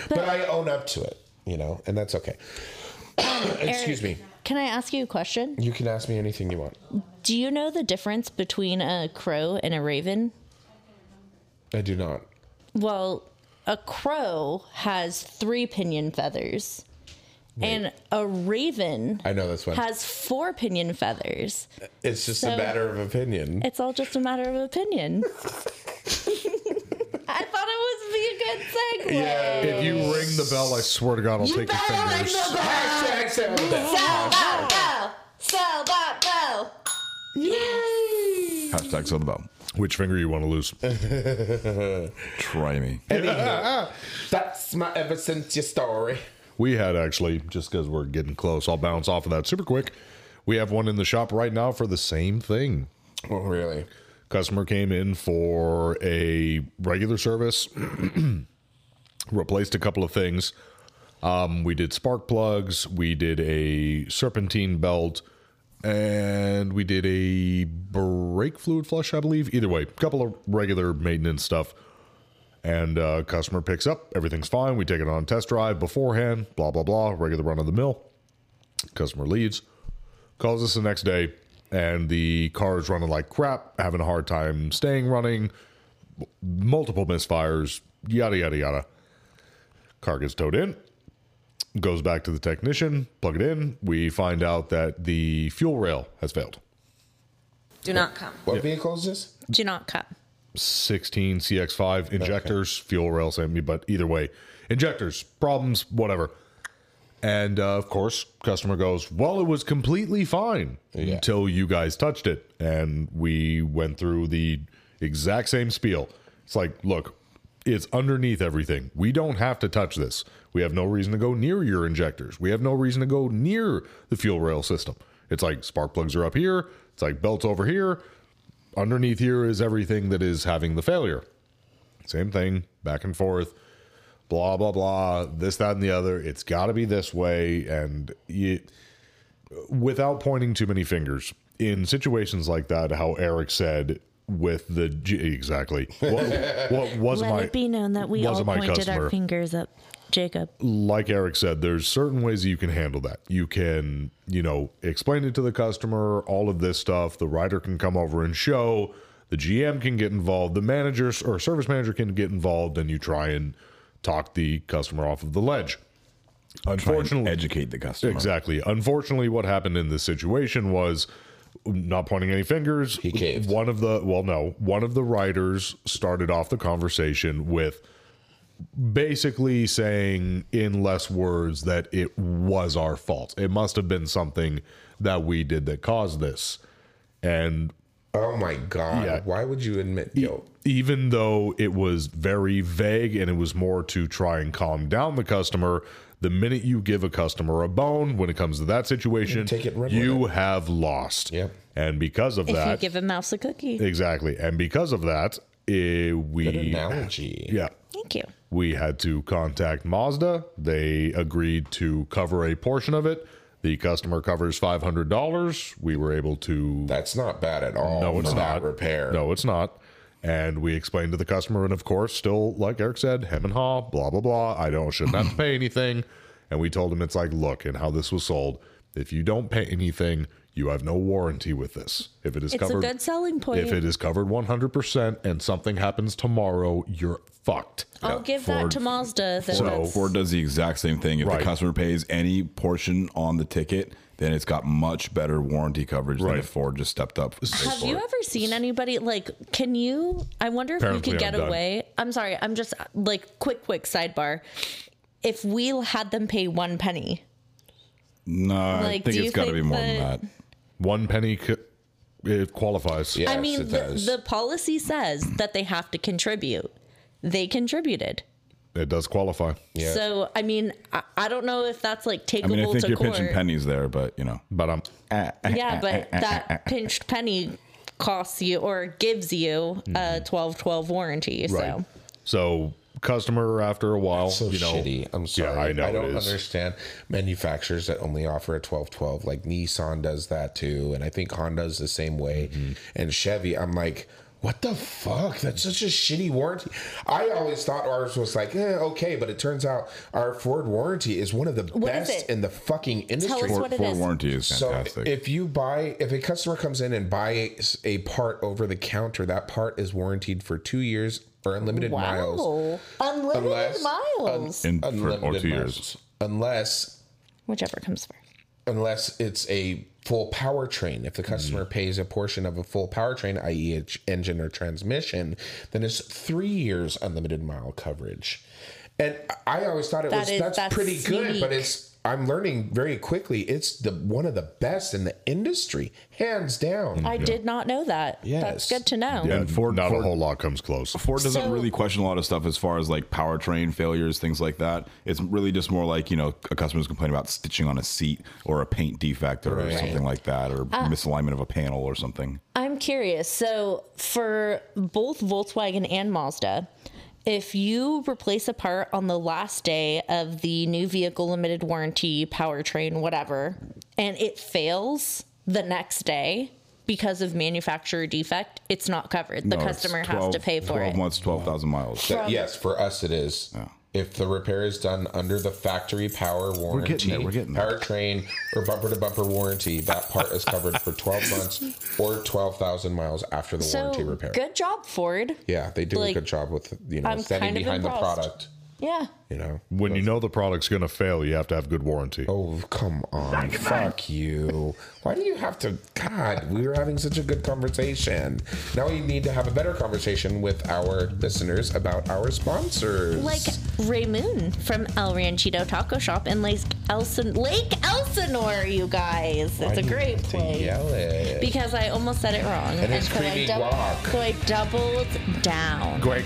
B: but I own up to it, you know, and that's okay. Excuse me.
D: Eric, Can I ask you a question?
B: You can ask me anything you want.
D: Do you know the difference between a crow and a raven?
B: I do not.
D: Well, a crow has three pinion feathers, and a raven
B: I know this one.
D: has four pinion feathers.
B: it's just
D: so-
B: a matter of opinion.
D: It's all just a matter of opinion. I thought it would be a good segue.
C: If you ring the bell, I swear to God, I'll take your fingers.
B: Hashtag sound off.
D: Sell that bell. Sell that bell.
A: Hashtag sell the bell.
C: Which finger you want to lose?
A: Try me.
B: That's my ever since your story.
C: We had actually, just because we're getting close, I'll bounce off of that super quick. We have one in the shop right now for the same thing.
B: Oh, really?
C: Customer came in for a regular service, replaced a couple of things. Um, we did spark plugs, we did a serpentine belt, and we did a brake fluid flush, I believe. Either way, couple of regular maintenance stuff. And uh, customer picks up, everything's fine. We take it on test drive beforehand, blah, blah, blah, regular run of the mill. Customer leaves, calls us the next day, and the car is running like crap, having a hard time staying running, multiple misfires, yada, yada, yada. Car gets towed in, goes back to the technician, plug it in. We find out that the fuel rail has failed.
E: Do not come.
B: What vehicle is this?
D: Do not come.
C: 16 CX5 injectors, fuel rail sent me, but either way, injectors, problems, whatever. And uh, of course, customer goes, Well, it was completely fine until you guys touched it. And we went through the exact same spiel. It's like, Look, it's underneath everything. We don't have to touch this. We have no reason to go near your injectors. We have no reason to go near the fuel rail system. It's like spark plugs are up here. It's like belts over here underneath here is everything that is having the failure. Same thing, back and forth, blah, blah, blah, this, that, and the other. It's got to be this way. And you, without pointing too many fingers, in situations like that, how Eric said, with the G- exactly what, what was
D: Let
C: my
D: it be known that we
C: was
D: all
C: my
D: pointed
C: customer.
D: our fingers at Jacob.
C: like Eric said, there's certain ways that you can handle that. You can, you know, explain it to the customer, all of this stuff. The rider can come over and show. The GM can get involved. The manager or service manager can get involved, and you try and talk the customer off of the ledge.
A: Unfortunately,
C: Unfortunately,
A: educate the customer.
C: Exactly. Unfortunately, what happened in this situation was not pointing any fingers. He
B: caved.
C: One of the well, no, one of the writers started off the conversation with basically saying in less words that it was our fault. It must have been something that we did that caused this. And
B: Oh my God.
C: Yeah.
B: Why would you admit guilt?
C: even though it was very vague and it was more to try and calm down the customer the minute you give a customer a bone when it comes to that situation
B: Take it and run
C: you
B: with
C: have lost
B: Yep.
C: and because of
D: If you
C: that
D: give a mouse a cookie.
C: exactly and because of that eh,
B: Good
C: we
B: analogy.
C: yeah
D: Thank you.
C: we had to contact Mazda. They agreed to cover a portion of it. The customer covers $500. We were able to
B: That's not bad at all.
C: no, it's
B: for That
C: not
B: repair.
C: No, it's not. And we explained to the customer, and of course, still like Eric said, hem and haw, blah blah blah. I don't shouldn't have to pay anything. And we told him it's like, look, and how this was sold. If you don't pay anything, you have no warranty with this. If it is
D: It's a
C: covered,
D: good selling point.
C: if it is covered one hundred percent, and something happens tomorrow, you're fucked.
D: I'll give that
A: Ford-
D: to Mazda. Then
C: So-
D: Oh, that's-
A: Ford does the exact same thing. If
C: Right.
A: the customer pays any portion on the ticket, then it's got much better warranty coverage
C: Right.
A: than if Ford just stepped up. and paid
D: Have
A: for
D: you
A: it.
D: ever seen anybody like? Can you? I wonder if
C: Apparently
D: you could get
C: I'm done.
D: away. I'm sorry. I'm just like quick, quick sidebar. If we had them pay one penny,
A: No,
D: Like,
A: I think
D: do
A: it's
D: you
A: got to be
D: think
A: more than
D: that-
A: that.
C: One penny, c- it qualifies.
B: Yes,
D: I mean,
B: it
D: the,
B: does.
D: the policy says that they have to contribute. They contributed.
C: It does qualify.
B: Yeah.
D: So, I mean, I, I don't know if that's like takeable
A: I mean, I think
D: to
A: you're
D: court.
A: pinching pennies there, but you know,
C: But um,
D: Yeah, but that pinched penny costs you or gives you a
B: Mm-hmm.
D: 12 12 warranty. So,
C: so customer after a while,
B: so
C: you know,
B: shitty. I'm sorry.
C: I know it
B: don't
C: is.
B: understand manufacturers that only offer a 1212. Like Nissan does that too, and I think Honda's the same way.
C: Mm-hmm.
B: And Chevy, I'm like, what the fuck? That's such a shitty warranty. I always thought ours was like, eh, okay, but it turns out our Ford warranty is one of the
D: is
B: best
D: it?
B: in the fucking industry.
D: us
A: Ford,
D: what it
A: Ford
D: is.
A: warranty is
B: So
A: fantastic.
B: if you buy, if a customer comes in and buys a part over the counter, that part is warrantied for two years or unlimited miles.
D: wow. Unlimited
B: Unless-
D: miles.
A: in, for, or
B: Unlimited
A: two
B: miles.
A: years.
B: Unless
D: Whichever comes first.
B: unless it's a full powertrain. If the customer
A: Mm.
B: pays a portion of a full powertrain, i.e., e, a ch- engine or transmission, then it's three years unlimited mile coverage. And I always thought it
D: That
B: was
D: is-
B: that's,
D: that's
B: pretty good, but
D: unique.
B: it's I'm learning very quickly. It's the one of the best in the industry, hands down.
D: I did not know that.
B: Yes.
D: That's good to know.
C: Yeah,
A: And Ford-
C: not
A: Ford-
C: a whole lot comes close.
A: Ford doesn't
D: So-
A: really question a lot of stuff as far as like powertrain failures, things like that. It's really just more like you know a customer's complaining about stitching on a seat or a paint defect or something like that, or
D: Uh,
A: misalignment of a panel or something.
D: I'm curious. So, for both Volkswagen and Mazda, if you replace a part on the last day of the new vehicle limited warranty, powertrain, whatever, and it fails the next day because of manufacturer defect, it's not covered. The
A: No, Oh, it's
D: customer
A: 12
D: has to pay for
A: 12
D: it.
A: months, twelve thousand miles.
B: That- yes, for us it is. If the repair is done under the factory power warranty,
A: getting there, we're getting there.
B: powertrain or bumper to bumper warranty, that part is covered for 12 months or 12,000 miles after the
D: So,
B: warranty repair.
D: good job, Ford.
B: Yeah, they do a
D: Like,
B: good job with you know
D: I'm
B: standing
D: kind of
B: behind the
D: impressed.
B: product.
D: Yeah.
B: You know,
C: When you know the product's going to fail, you have to have good warranty.
B: oh come on, fuck you! Why do you have to? God, we were having such a good conversation. Now we need to have a better conversation with our listeners about our sponsors.
D: Like Ray Moon from El Ranchito Taco Shop in Lake, Elsin- Lake Elsinore, you guys. It's a great place.
B: yell it.
D: Because I almost said it wrong.
B: And it's
D: so I
B: creamy
D: dou-
B: guac.
D: So I doubled down.
B: Quick.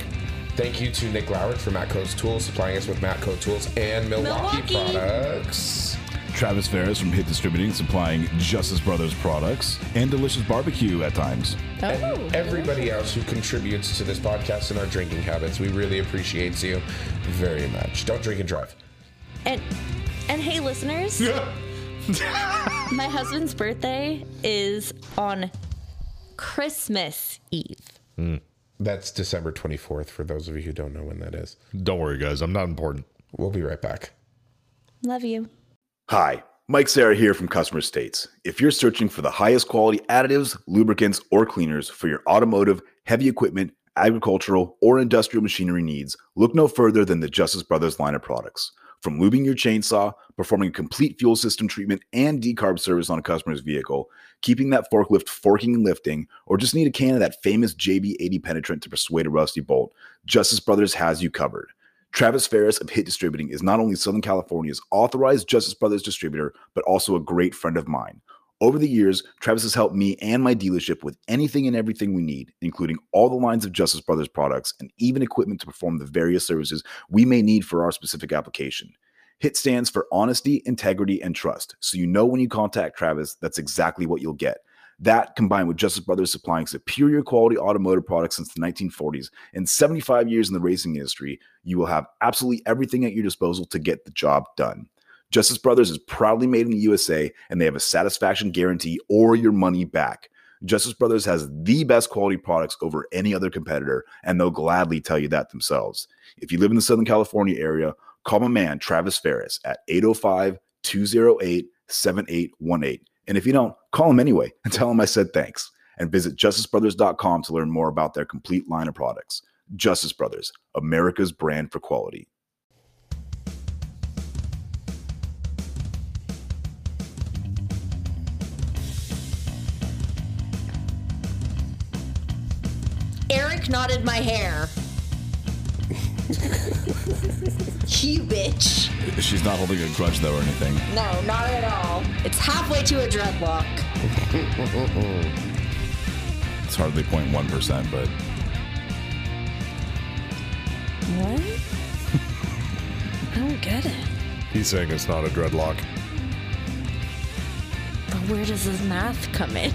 B: Thank you to Nick Lowrich for Matco's Tools, supplying us with Matco Tools and Milwaukee,
D: Milwaukee.
B: products.
A: Travis Ferris from Hit Distributing supplying Justice Brothers products and delicious barbecue at times.
D: Oh,
B: And everybody else who contributes to this podcast and our drinking habits, we really appreciate you very much. Don't drink and drive.
D: and and hey, listeners, my husband's birthday is on Christmas Eve.
B: That's December 24th for those of you who don't know when that is.
C: Don't worry, guys. I'm not important.
B: We'll be right back.
D: Love you.
G: Hi, Mike Sarah here from Customer States. If you're searching for the highest quality additives, lubricants, or cleaners for your automotive, heavy equipment,
A: agricultural, or industrial machinery needs, look no further than the Justice Brothers line of products. From lubing your chainsaw, performing a complete fuel system treatment and decarb service on a customer's vehicle, keeping that forklift forking and lifting, or just need a can of that famous JB80 penetrant to persuade a rusty bolt, Justice Brothers has you covered. Travis Ferris of Hit Distributing is not only Southern California's authorized Justice Brothers distributor, but also a great friend of mine. Over the years, Travis has helped me and my dealership with anything and everything we need, including all the lines of Justice Brothers products and even equipment to perform the various services we may need for our specific application. HIT stands for honesty, integrity, and trust, so you know when you contact Travis, that's exactly what you'll get. That combined with Justice Brothers supplying superior quality automotive products since the 1940s and 75 years in the racing industry, you will have absolutely everything at your disposal to get the job done. Justice Brothers is proudly made in the USA and they have a satisfaction guarantee or your money back. Justice Brothers has the best quality products over any other competitor, and they'll gladly tell you that themselves. If you live in the Southern California area, call my man, Travis Ferris, at 805 208 7818. And if you don't, call him anyway and tell him I said thanks. And visit justicebrothers.com to learn more about their complete line of products. Justice Brothers, America's brand for quality.
E: Eric knotted my hair. you bitch.
H: She's not holding a grudge though or anything.
E: No, not at all. It's halfway to a dreadlock.
H: It's hardly 0.1%, but
D: What? I don't get it.
C: He's saying it's not a dreadlock.
D: But where does this math come in?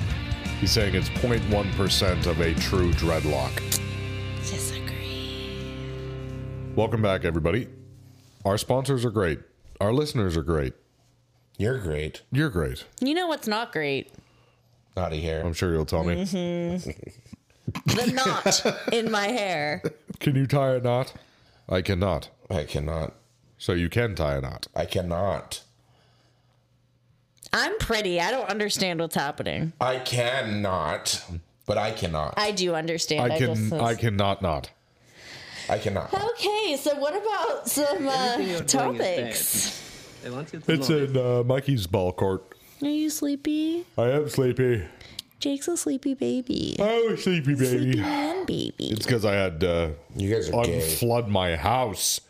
C: He's saying it's 0.1% of a true dreadlock.
D: Disagree.
C: Welcome back, everybody. Our sponsors are great. Our listeners are great.
B: You're great.
C: You're great.
D: You know what's not great?
B: Naughty hair.
C: I'm sure you'll tell me.
D: The knot in my hair.
C: Can you tie a knot? I cannot.
B: I cannot.
C: So you can tie a knot.
B: I cannot.
D: I'm pretty. I don't understand what's happening.
B: I cannot. But I cannot.
D: I do understand.
C: I can. I, cannot not.
B: I cannot.
D: Okay, so what about some
G: Everything
D: uh,
G: you're doing is
D: topics?
G: bad. They want you to
C: It's
G: know
C: in uh, Mikey's ball court.
D: Are you sleepy?
C: I am sleepy.
D: Jake's a sleepy baby.
C: Oh, sleepy
D: Sleepy
C: baby.
D: man baby.
C: It's because I had uh,
B: You guys are gay.
C: unflood my house.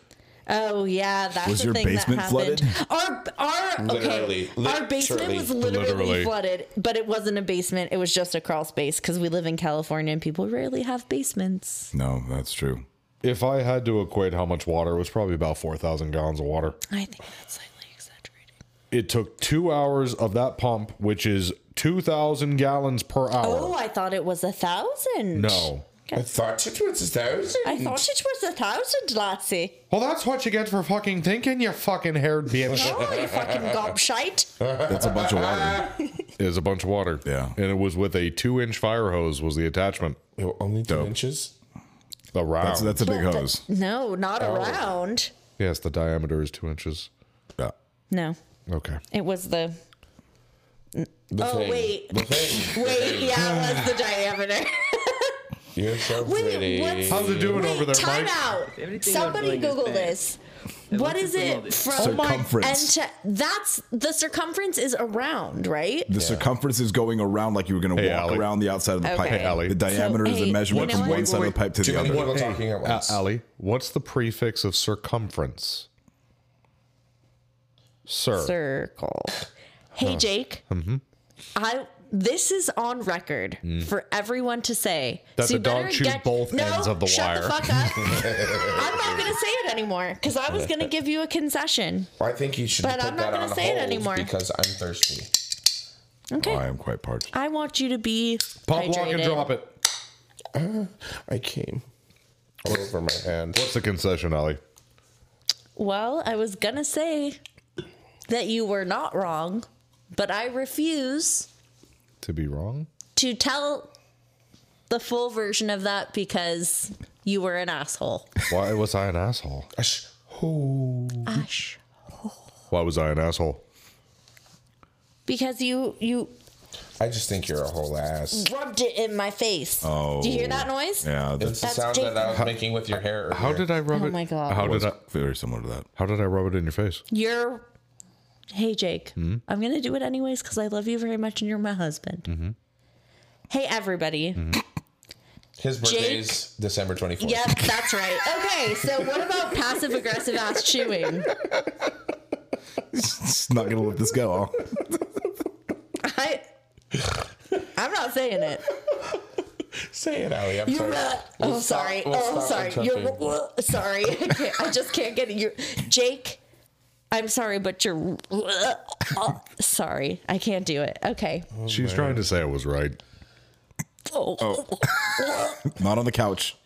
D: Oh yeah, that's
H: Was
D: the
H: your
D: thing
H: basement
D: that happened.
H: flooded?
D: Our our okay,
B: Literally.
D: our basement
B: Literally.
D: was literally,
C: Literally.
D: flooded, but it wasn't a basement. It was just a crawl space because we live in California and people rarely have basements.
H: no, that's true.
C: If I had to equate how much water, it was probably about four thousand gallons of water.
D: I think that's slightly exaggerated.
C: It took two hours of that pump, which is two thousand gallons per
D: Oh,
C: hour.
D: I thought it was a thousand.
C: No.
B: I thought it was those.
D: I thought it was a thousand, Lassie.
C: Well, that's what you get for fucking thinking, you fucking haired bitch.
D: Oh, you fucking gobshite.
H: That's a bunch of water.
C: Is a bunch of water.
H: Yeah.
C: and it was with a two-inch fire hose was the attachment.
B: They were Only two inches.
C: Around.
H: That's, that's a big hose.
D: No, not around.
C: yes, the diameter is two inches.
H: Yeah.
D: No,
C: Okay.
D: it was the.
B: The
D: Oh,
B: thing.
D: wait.
B: The thing.
D: Wait, yeah, it was the diameter.
B: You're so
D: Wait,
B: pretty.
D: what's
C: How's it doing
D: Wait,
C: over there,
D: time
C: Mike?
D: out.
G: Everything you're
D: Somebody
G: doing is
D: Google
G: bad.
D: this. What
G: look
D: is
G: at all
D: it
G: this.
D: from and
H: Circumference.
D: to, that's the circumference is around, right?
H: The circumference is going around like you were going to
C: Hey,
H: walk
C: Ally.
H: around the outside of the
D: Okay.
H: pipe.
D: Hey,
C: Ally.
H: The diameter
D: So,
H: is
D: hey,
H: a measurement
D: you know
H: from
D: what?
H: one side of the pipe to
B: Too
H: the
B: many
H: other.
B: people talking at
C: Uh,
B: once.
C: Ali, what's the prefix of circumference? Sir.
D: Circle. Hey Jake. I this is on record for everyone to say.
C: That the
D: you better
C: dog chewed both
D: no,
C: ends of the
D: shut
C: wire.
D: The fuck up. I'm not gonna say it anymore because I was gonna give you a concession.
B: I think you should
D: But
B: put
D: I'm not
B: that
D: gonna
B: on
D: say it
B: hold
D: anymore.
B: because I'm thirsty.
D: Okay.
H: I am quite parched.
D: I want you to be
C: Pop,
D: hydrated.
C: lock, and drop it.
B: I came over my hand.
C: What's the concession, Ali?
D: Well, I was gonna say that you were not wrong, but I refuse
C: To be wrong?
D: to tell the full version of that because you were an asshole.
C: Why was I an asshole?
B: Ash. Oh.
D: Ash.
C: Why was I an asshole?
D: Because you you
B: I just think you're a whole ass.
D: Rubbed it in my face.
A: Oh.
D: Do you hear that noise?
A: Yeah, that's
B: It's the
D: That's
B: sound that I was making with your hair.
C: How did I rub
D: Oh
C: it?
D: my God.
C: How
A: was
C: did I?
A: very similar to that.
C: How did I rub it in your face?
D: You're. Hey, Jake.
A: Hmm?
D: I'm going to do it anyways because I love you very much and you're my husband.
A: Mm-hmm.
D: Hey, everybody.
B: His birthday's December 24th.
D: Yep, that's right. Okay, so what about passive aggressive ass chewing?
A: It's not gonna let this go.
D: I. I'm not saying it.
B: Say it, Allie. I'm
D: You're
B: sorry.
D: right.
B: We'll
D: oh,
B: stop-
D: sorry.
B: we'll
D: oh,
B: stop
D: sorry. You're
B: interrupting.
D: sorry. I, can't- I just can't get it. You, Jake. I'm sorry, but you're uh, sorry. I can't do it. Okay.
C: She's trying to say I was right.
D: Oh,
A: Not on the couch.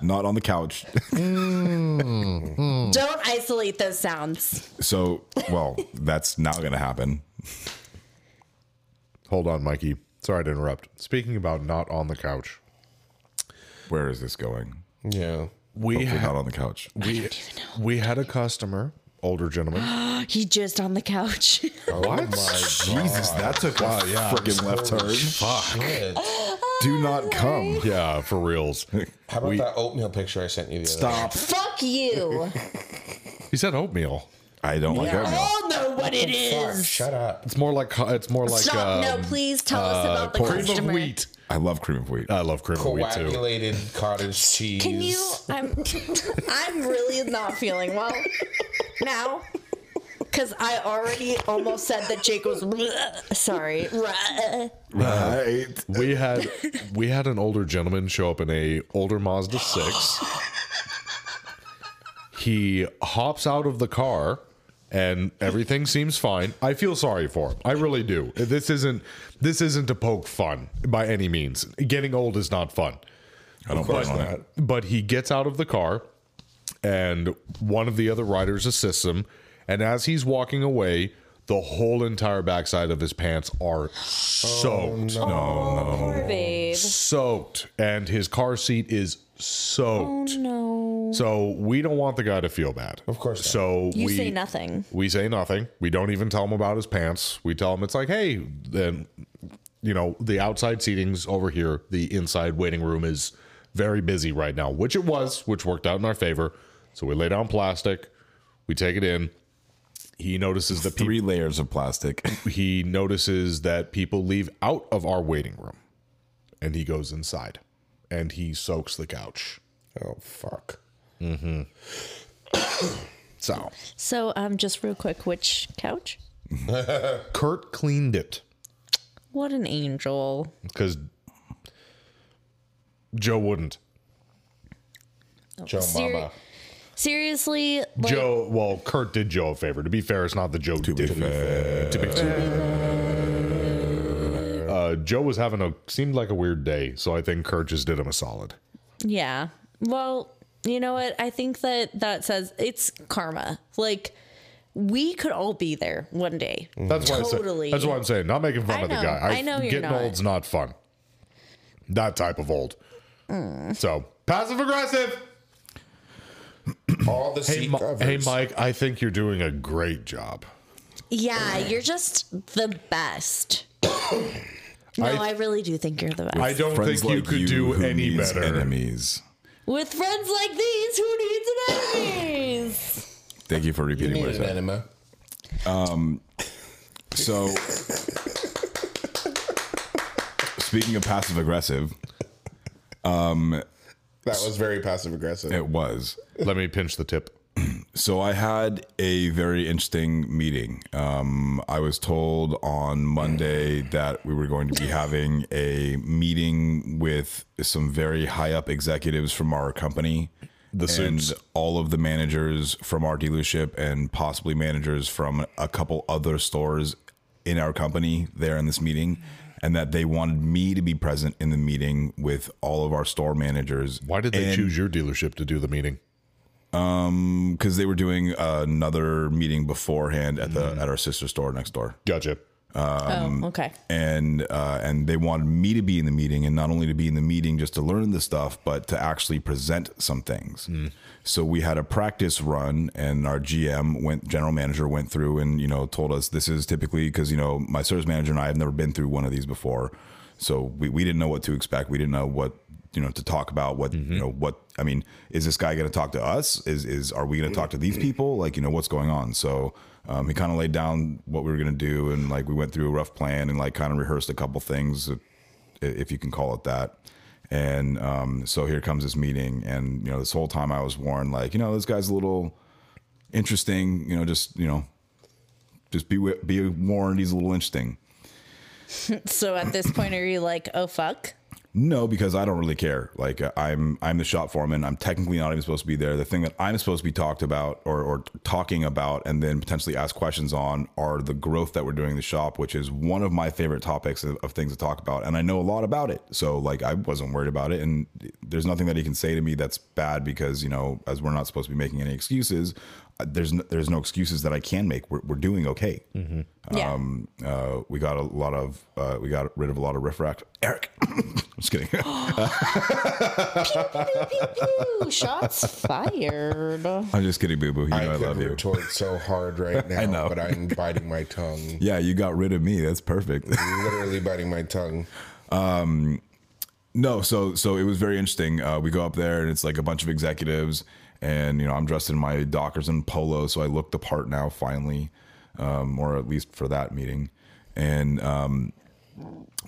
A: Not on the couch.
B: Hmm.
D: Don't isolate those sounds.
A: So, well, that's not gonna happen.
C: Hold on, Mikey. Sorry to interrupt. Speaking about not on the couch.
A: Where is this going?
B: Yeah.
C: We
A: We're
C: ha-
A: not on the couch.
C: we we had a customer, older gentleman. Oh
D: He just on the couch.
C: what?
A: Jesus, that took a freaking left turn.
B: Good.
A: Do not come.
C: Yeah, for reals.
B: How about that oatmeal picture I sent you the other
A: Stop.
D: Fuck you.
C: He said oatmeal.
A: I don't like
D: We
A: that.
D: all Oh, know what it
B: day? Fuck,
D: is.
B: shut up.
C: It's more like co- it's more like
D: Stop.
C: um,
D: no, please tell us
C: uh,
D: about the
C: cream
D: customer.
C: of wheat.
A: I love cream of wheat.
C: I love cream of wheat too.
B: Coagulated cottage cheese.
D: Can you? I'm. I'm really not feeling well now. Because I already almost said that Jake was sorry.
B: Oh,
A: Right.
C: We had we had an older gentleman show up in a older Mazda six. he hops out of the car and everything seems fine. I feel sorry for him. I really do. This isn't this isn't to poke fun by any means. Getting old is not fun.
A: I don't blame on that.
C: But he gets out of the car, and one of the other riders assists him. And as he's walking away, the whole entire backside of his pants are
A: Oh,
C: soaked,
D: Poor babe.
C: soaked, and his car seat is soaked.
D: Oh, No.
C: So we don't want the guy to feel bad. Of
B: course not.
C: So
D: You
C: we
D: say nothing.
C: we say nothing. We don't even tell him about his pants. We tell him it's like, hey, then you know, the outside seating's over here. The inside waiting room is very busy right now, which it was, which worked out in our favor. So we lay down plastic, we take it in. He notices that people
A: Three layers of plastic.
C: he notices that people leave out of our waiting room. And he goes inside and he soaks the couch.
B: Oh, fuck.
C: So
D: So, um, just real quick, which couch?
C: Kurt cleaned it.
D: What an angel.
C: because Joe wouldn't.
B: Joe
D: Oh, Seri-
B: Mama.
D: Seriously, like,
C: Joe, well, Kurt did Joe a favor. To be fair, it's not the Joe to did. Be To be Uh, Joe was having a seemed like a weird day, so I think Kurt just did him a solid.
D: Yeah. Well, you know what? I think that that says it's karma. Like we could all be there one day.
C: That's why.
D: Totally.
C: I say, that's why I'm saying not making fun
D: I
C: of the
D: know.
C: guy.
D: I know you're
C: getting
D: not.
C: old's not fun. That type of old. So passive aggressive.
B: All the
C: Hey,
B: seat
C: Mi- hey,
B: covers.
C: Mike. I think you're doing a great job.
D: Yeah, you're just the best. No, I,
C: I-
D: really do think you're the best.
C: I don't
A: Friends
C: think you
A: like
C: could do
A: who
C: any
A: needs
C: better.
A: Enemies.
D: With friends like these, who needs an enemies?
A: Thank you for repeating
B: Need
A: what I
B: an
A: said.
B: enema.
A: So, speaking of passive aggressive,
B: That was very passive aggressive.
A: it was.
C: Let me pinch the tip.
A: So I had a very interesting meeting. Um, I was told on Monday that we were going to be having a meeting with some very high up executives from our company. The and all of the managers from our dealership and possibly managers from a couple other stores in our company there in this meeting and that they wanted me to be present in the meeting with all of our store managers
C: Why did they
A: And-
C: choose your dealership to do the meeting?
A: because they were doing another meeting beforehand at the at our sister store next door,
C: Gotcha.
A: Um,
D: oh, okay.
A: and uh, and they wanted me to be in the meeting, and not only to be in the meeting just to learn the stuff, but to actually present some things. So we had a practice run, and our GM went, general manager went through, and you know told us this is typically because you know my service manager and I have never been through one of these before, so we, we didn't know what to expect. We didn't know what you know to talk about. What you know what I mean is this guy going to talk to us? Is is are we going to talk to these people? Like you know what's going on? So um, he kind of laid down what we were going to do, and like we went through a rough plan and like kind of rehearsed a couple things, i- if you can call it that. And um, so here comes this meeting, and you know this whole time I was warned, like you know this guy's a little interesting, you know just you know just be wi- be warned, he's a little interesting.
D: So at this point, are you like, oh fuck?
A: No, because I don't really care. Like uh, I'm I'm the shop foreman. I'm technically not even supposed to be there. The thing that I'm supposed to be talked about or or talking about and then potentially ask questions on are the growth that we're doing in the shop, which is one of my favorite topics of, of things to talk about. And I know a lot about it. So like I wasn't worried about it and there's nothing that he can say to me that's bad because, you know, as we're not supposed to be making any excuses, uh, there's no, there's no excuses that I can make. We're, we're doing okay.
D: Yeah.
A: Um, uh, we got a lot of uh, we got rid of a lot of riffraff. Eric, just kidding.
D: Ooh, shots fired.
A: I'm just kidding, Boo Boo. You know I,
B: I, could
A: love you.
B: retort so hard right now,
A: know.
B: but I'm biting my tongue.
A: Yeah, you got rid of me. That's perfect.
B: Literally biting my tongue.
A: no, so so it was very interesting. Uh, we go up there and it's like a bunch of executives, and you know I'm dressed in my Dockers and polo, so I look the part now finally, um, or at least for that meeting, and um,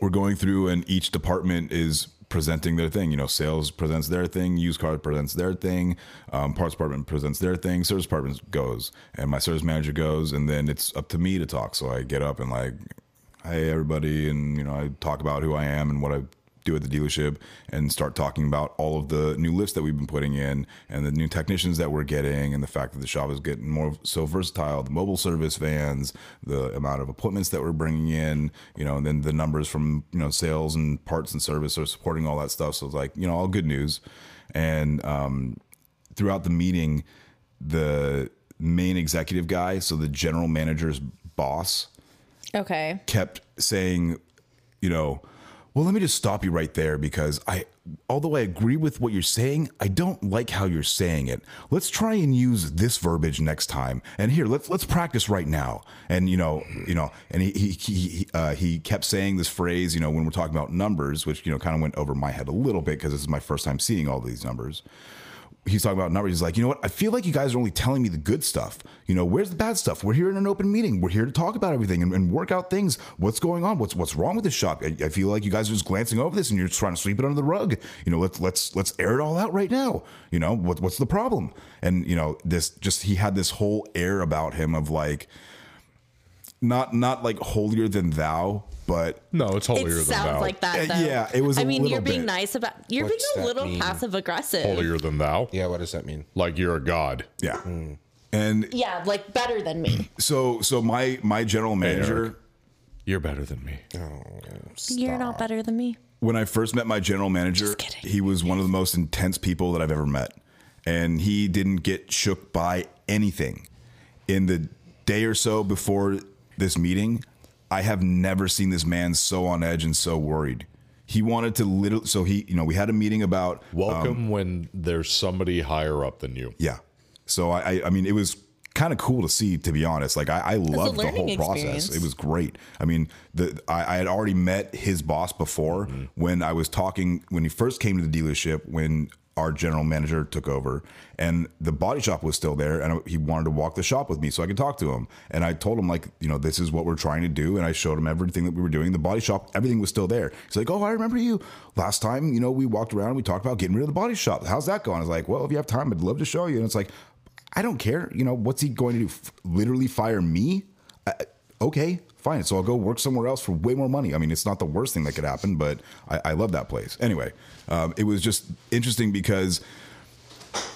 A: we're going through and each department is presenting their thing you know sales presents their thing used car presents their thing um, parts department presents their thing service department goes and my service manager goes and then it's up to me to talk so i get up and like hey everybody and you know i talk about who i am and what i do at the dealership and start talking about all of the new lifts that we've been putting in and the new technicians that we're getting and the fact that the shop is getting more so versatile the mobile service vans the amount of appointments that we're bringing in you know and then the numbers from you know sales and parts and service are supporting all that stuff so it's like you know all good news and um, throughout the meeting the main executive guy so the general manager's boss
D: Okay.
A: kept saying, you know, well, let me just stop you right there because I, although I agree with what you're saying, I don't like how you're saying it. Let's try and use this verbiage next time. And here, let's let's practice right now. And you know, you know, and he he he he, uh, he kept saying this phrase, you know, when we're talking about numbers, which you know kind of went over my head a little bit because this is my first time seeing all these numbers he's talking about numbers. He's like, you know what? I feel like you guys are only telling me the good stuff. You know, where's the bad stuff? We're here in an open meeting. We're here to talk about everything and, and work out things. What's going on? What's what's wrong with this shop? I, I feel like you guys are just glancing over this and you're just trying to sweep it under the rug. You know, let's let's let's air it all out right now. You know, what what's the problem? And you know, this just he had this whole air about him of like not not like holier than thou, but
C: No, it's holier
D: It
C: than
D: sounds
C: thou.
D: like that.
A: Uh,
D: Though.
A: yeah, it was
D: I
A: a
D: mean, you're
A: little
D: being
A: bit.
D: nice about. You're
B: What's
D: being
B: that
D: a little
B: mean?
D: passive aggressive.
C: holier than thou.
B: Yeah, what does that mean?
C: Like you're a god.
A: yeah. And
D: Yeah, like better than me.
A: so so my my general manager
C: You're better than me.
D: You're not better than me.
A: when I first met my general manager,
D: kidding.
A: he was one of the most intense people that I've ever met. And he didn't get shook by anything. In the day or so before this meeting, I have never seen this man so on edge and so worried. He wanted to literally, so he, you know, we had a meeting about Um,
C: Welcome when there's somebody higher up than you.
A: yeah. So I, I, I mean, it was kind of cool to see, to be honest. Like I, I loved the
D: learning
A: whole process.
D: experience.
A: It was great. I mean, the I, I had already met his boss before when I was talking when he first came to the dealership when our general manager took over and the body shop was still there and he wanted to walk the shop with me so I could talk to him and I told him like you know this is what we're trying to do and I showed him everything that we were doing the body shop everything was still there he's like oh I remember you last time you know we walked around we talked about getting rid of the body shop how's that going I was like well if you have time I'd love to show you and it's like I don't care. You know, what's he going to do? F- literally fire me? I, I- okay, fine. So I'll go work somewhere else for way more money. I mean, it's not the worst thing that could happen, but I, I love that place. Anyway, um, it was just interesting because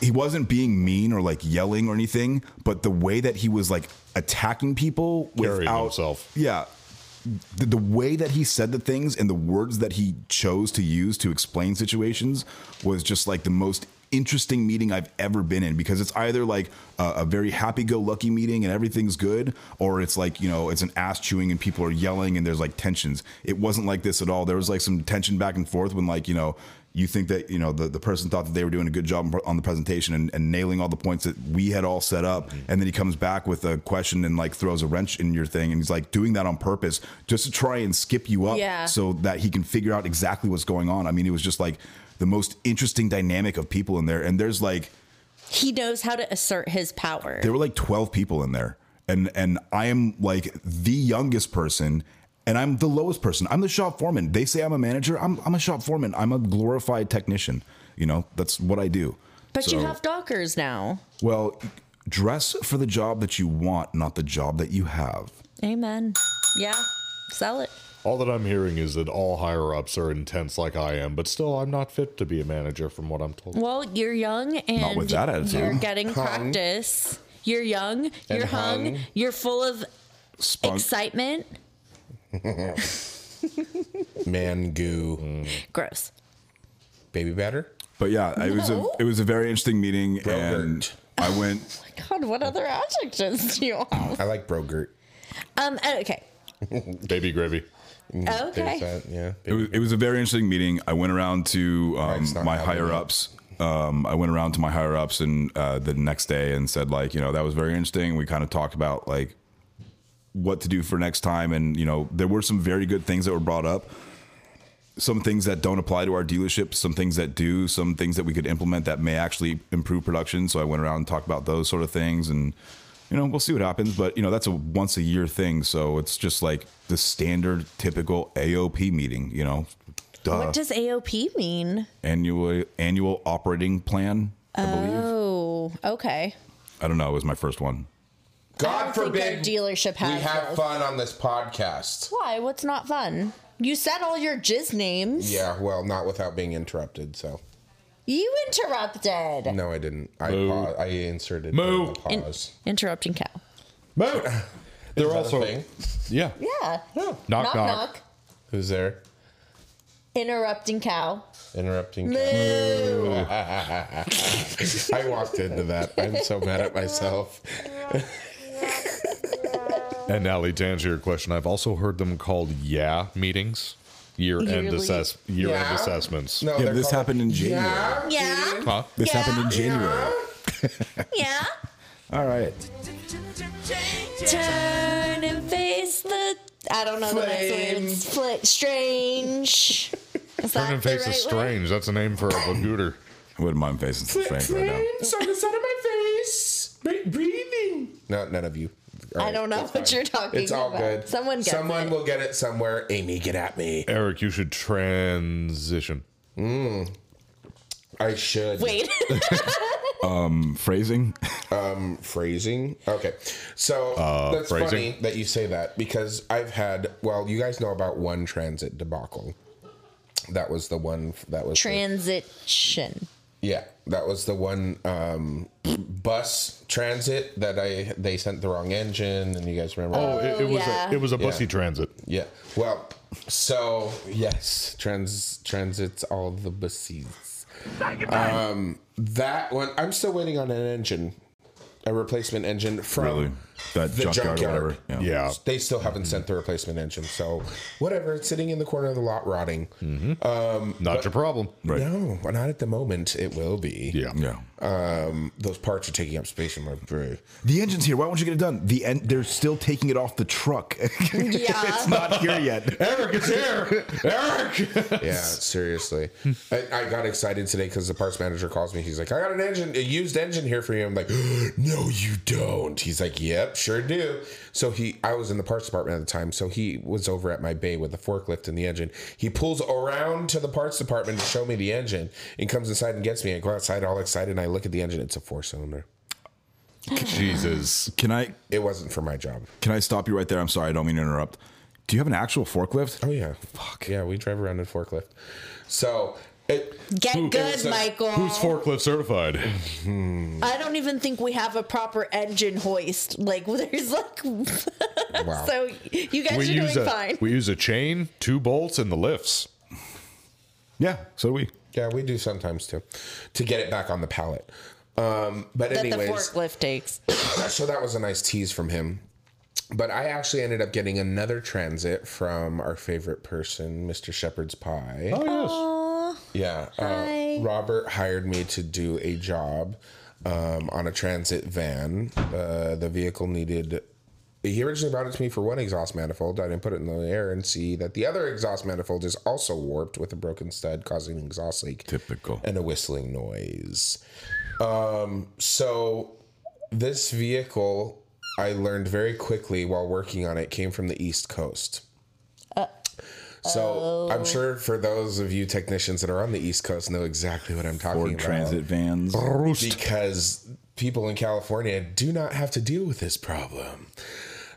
A: he wasn't being mean or like yelling or anything, but the way that he was like attacking people
C: Carrying
A: without
C: himself.
A: yeah. The, the way that he said the things and the words that he chose to use to explain situations was just like the most interesting meeting I've ever been in because it's either like a, a very happy-go-lucky meeting and everything's good, or it's like you know it's an ass chewing and people are yelling and there's like tensions. It wasn't like this at all. There was like some tension back and forth when like you know you think that you know the, the person thought that they were doing a good job on the presentation and, and nailing all the points that we had all set up and then he comes back with a question and like throws a wrench in your thing and he's like doing that on purpose just to try and skip you up
D: Yeah.
A: so that he can figure out exactly what's going on i mean it was just like the most interesting dynamic of people in there and there's like
D: He knows how to assert his power.
A: there were like 12 people in there and and i am like the youngest person and i'm the lowest person i'm the shop foreman they say i'm a manager i'm, I'm a shop foreman i'm a glorified technician you know that's what i do
D: But you
A: So-
D: have dockers now.
A: well dress for the job that you want not the job that you have
D: Amen. Yeah. Sell it.
C: All that I'm hearing is that all higher ups are intense like I am, but still, I'm not fit to be a manager from what I'm told.
D: Well, you're young and
A: with that attitude.
D: you're getting practice. You're young, you're hung,
B: hung.
D: you're full of
A: Spunk.
D: excitement.
B: Man goo.
D: Gross.
B: Baby batter?
A: but yeah it was a
D: No.
A: it was a very interesting meeting and
B: Brogert.
A: i went
D: God, what other adjectives do you have?
B: I like Brogert.
D: Um, okay.
C: Baby gravy.
B: There's
D: Okay.
B: that, yeah.
A: it was, it was a very interesting meeting i went around to um,
B: it's not
A: my
B: happening.
A: higher ups um, i went around to my higher ups and uh, the next day and said like you know that was very interesting we kind of talked about like what to do for next time and you know there were some very good things that were brought up some things that don't apply to our dealership some things that do some things that we could implement that may actually improve production so i went around and talked about those sort of things and you know we'll see what happens but you know that's a once a year thing so it's just like the standard typical aop meeting you know duh
D: What does AOP mean?
A: annual annual operating plan i believe
D: Oh, okay.
A: i don't know it was my first one
B: God
D: think our
B: forbid
D: dealership
B: we
D: has
B: have
D: those.
B: fun on this podcast.
D: Why? What's not fun? You said all your jizz names.
B: Yeah, well, not without being interrupted, so.
D: You interrupted.
B: No, I didn't. I pa- I inserted
C: Moo.
B: the pause.
D: Interrupting cow.
C: Moot! They're
B: Is that a
C: also.
B: thing?
C: Yeah.
D: Yeah.
C: Knock, knock.
D: Knock knock.
B: Who's there?
D: Interrupting cow.
B: Interrupting.
D: Boo.
B: I walked into that. I'm so mad at myself.
C: And Allie, to answer your question, I've also heard them called yeah meetings, year end
D: Yearly-
C: assess- year
B: Yeah?
C: end assessments.
B: No,
A: yeah
B: Oh, they're
A: but this
B: called-
A: happened in january
B: Yeah.
D: Yeah.
C: Huh?
A: this
D: Yeah.
A: happened in january
D: Yeah.
A: all right
D: Turn and face the. I don't know the
B: Flame.
D: next word. Split strange. Is
C: Turn and face
D: the
C: is
D: right word?
C: strange. That's a name for a bagooter.
A: i wouldn't mind facing some strange right now
B: on the side of my face. breathing. No, none of you. All
D: I don't know
B: that's
D: what you're talking
B: It's all
D: about.
B: good.
D: Someone gets
B: Someone
D: it.
B: will get it somewhere. Amy, get at me.
C: Eric, you should transition.
B: I should.
D: Wait.
A: phrasing
B: Phrasing. Okay. So that's
C: phrasing?
B: funny that you say that because I've had, well, you guys know about one transit debacle. That was the one that was. the-
D: Transition.
B: Yeah, that was the one um, bus transit that I they sent the wrong engine, and you guys remember?
C: Oh, it, it was
D: yeah.
C: a, it was a
B: Yeah.
C: bussy transit.
B: yeah. Well, so yes, trans transits all the buses. Um, that one, I'm still waiting on an engine, a replacement engine from.
A: really that
B: The
A: junkyard,
B: junkyard.
A: or whatever
C: Yeah.
B: They still haven't sent the replacement engine, so whatever. It's sitting in the corner of the lot, rotting.
A: Hmm.
C: Not your problem.
A: right
B: No, not at the moment. It will be.
C: Yeah.
A: yeah
B: Um, those parts are taking up space in my brain.
A: The engine's here. Why won't you get it done? The en- they're still taking it off the truck.
D: Yeah.
A: Not here yet.
C: Eric, it's here. Eric.
B: Yeah, seriously. I, I got excited today because the parts manager calls me. He's like, I got an engine, a used engine here for you. I'm like, no, you don't. He's like, yep, sure do. So he, I was in the parts department at the time. So he was over at my bay with the forklift and the engine. He pulls around to the parts department to show me the engine and comes inside and gets me. I go outside all excited and I look at the engine. It's a four cylinder.
C: Jesus.
A: Can I
B: It wasn't for my job.
A: can I stop you right there? I'm sorry, I don't mean to interrupt. Do you have an actual forklift?
B: Oh, yeah. Fuck. Yeah, we drive around in forklift. So it,
D: Get good,
B: It's a-
D: Michael.
C: Who's forklift certified?
D: I don't even think we have a proper engine hoist. Like there's like
B: wow.
D: so you guys
C: We
D: are doing
C: use a
D: fine.
C: we use a chain, two bolts, and the lifts.
A: Yeah, so do we.
B: Yeah, we do sometimes too, to get it back on the palate. Um, but
D: that
B: anyways,
D: the forklift takes.
B: so that was a nice tease from him. But I actually ended up getting another transit from our favorite person, Mr. Shepherd's Pie.
C: Oh,
B: Yeah. Uh, Robert hired me to do a job um, on a transit van. Uh, the vehicle needed. He originally brought it to me for one exhaust manifold. I didn't put it in the air and see that the other exhaust manifold is also warped with a broken stud, causing an exhaust leak
A: Typical.
B: and a whistling noise. Um, so this vehicle, I learned very quickly while working on it, came from the East Coast.
D: Uh,
B: So
D: oh.
B: I'm sure for those of you technicians that are on the East Coast know exactly what I'm talking
A: Ford
B: about.
A: Transit vans.
B: Because people in California do not have to deal with this problem.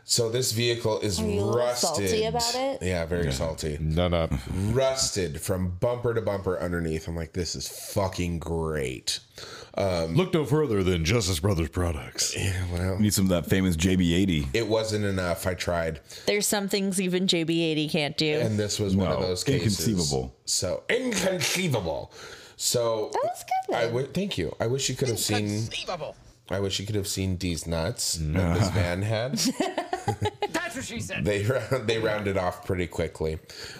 B: So this vehicle is
D: you a little
B: rusted.
D: salty about it?
B: Yeah, very salty
C: yes. No, no.
A: Mm-hmm.
B: rusted from bumper to bumper underneath. I'm like, this is fucking great.
C: Look no further than Justice Brothers products.
B: Yeah, well,
A: Need some of that famous JB80.
B: it wasn't enough. I tried,
D: There's some things even JB80 can't do.
B: and this was one of
A: No,
B: those cases.
A: inconceivable.
B: So inconceivable. So that
D: was good.
B: I would thank you. I wish you could have seen. I wish you could have seen these nuts that this van had.
E: That's what she said.
B: they round- they rounded off pretty quickly.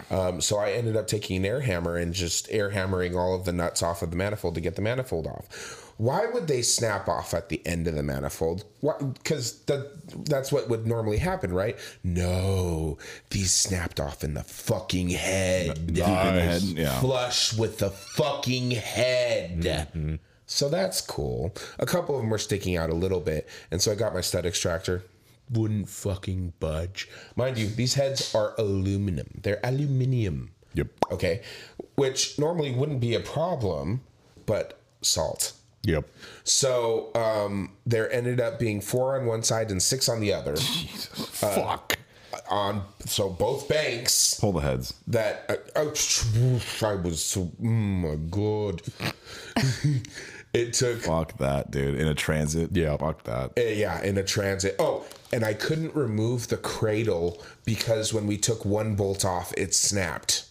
B: Um, so I ended up taking an air hammer and just air hammering all of the nuts off of the manifold to get the manifold off. Why would they snap off at the end of the manifold? Because that that's what would normally happen, right? No, these snapped off in the fucking head,
A: Nice. Deep in the head, yeah.
B: flush with the fucking head.
C: Mm-hmm.
B: So that's cool. A couple of them were sticking out a little bit, and so I got my stud extractor. Wouldn't fucking budge. Mind you, these heads are aluminum. They're aluminium.
C: Yep.
B: Okay. Which normally wouldn't be a problem, but salt.
C: Yep.
B: So um, there ended up being four on one side and six on the other. Uh,
C: Fuck.
B: On so both banks
A: Pull the heads.
B: that uh, oh, I was so mm, my god. it took
A: Fuck that, dude. In a transit.
C: Yeah.
A: Fuck that.
B: Uh, yeah, in a transit. Oh, and I couldn't remove the cradle because when we took one bolt off, it snapped.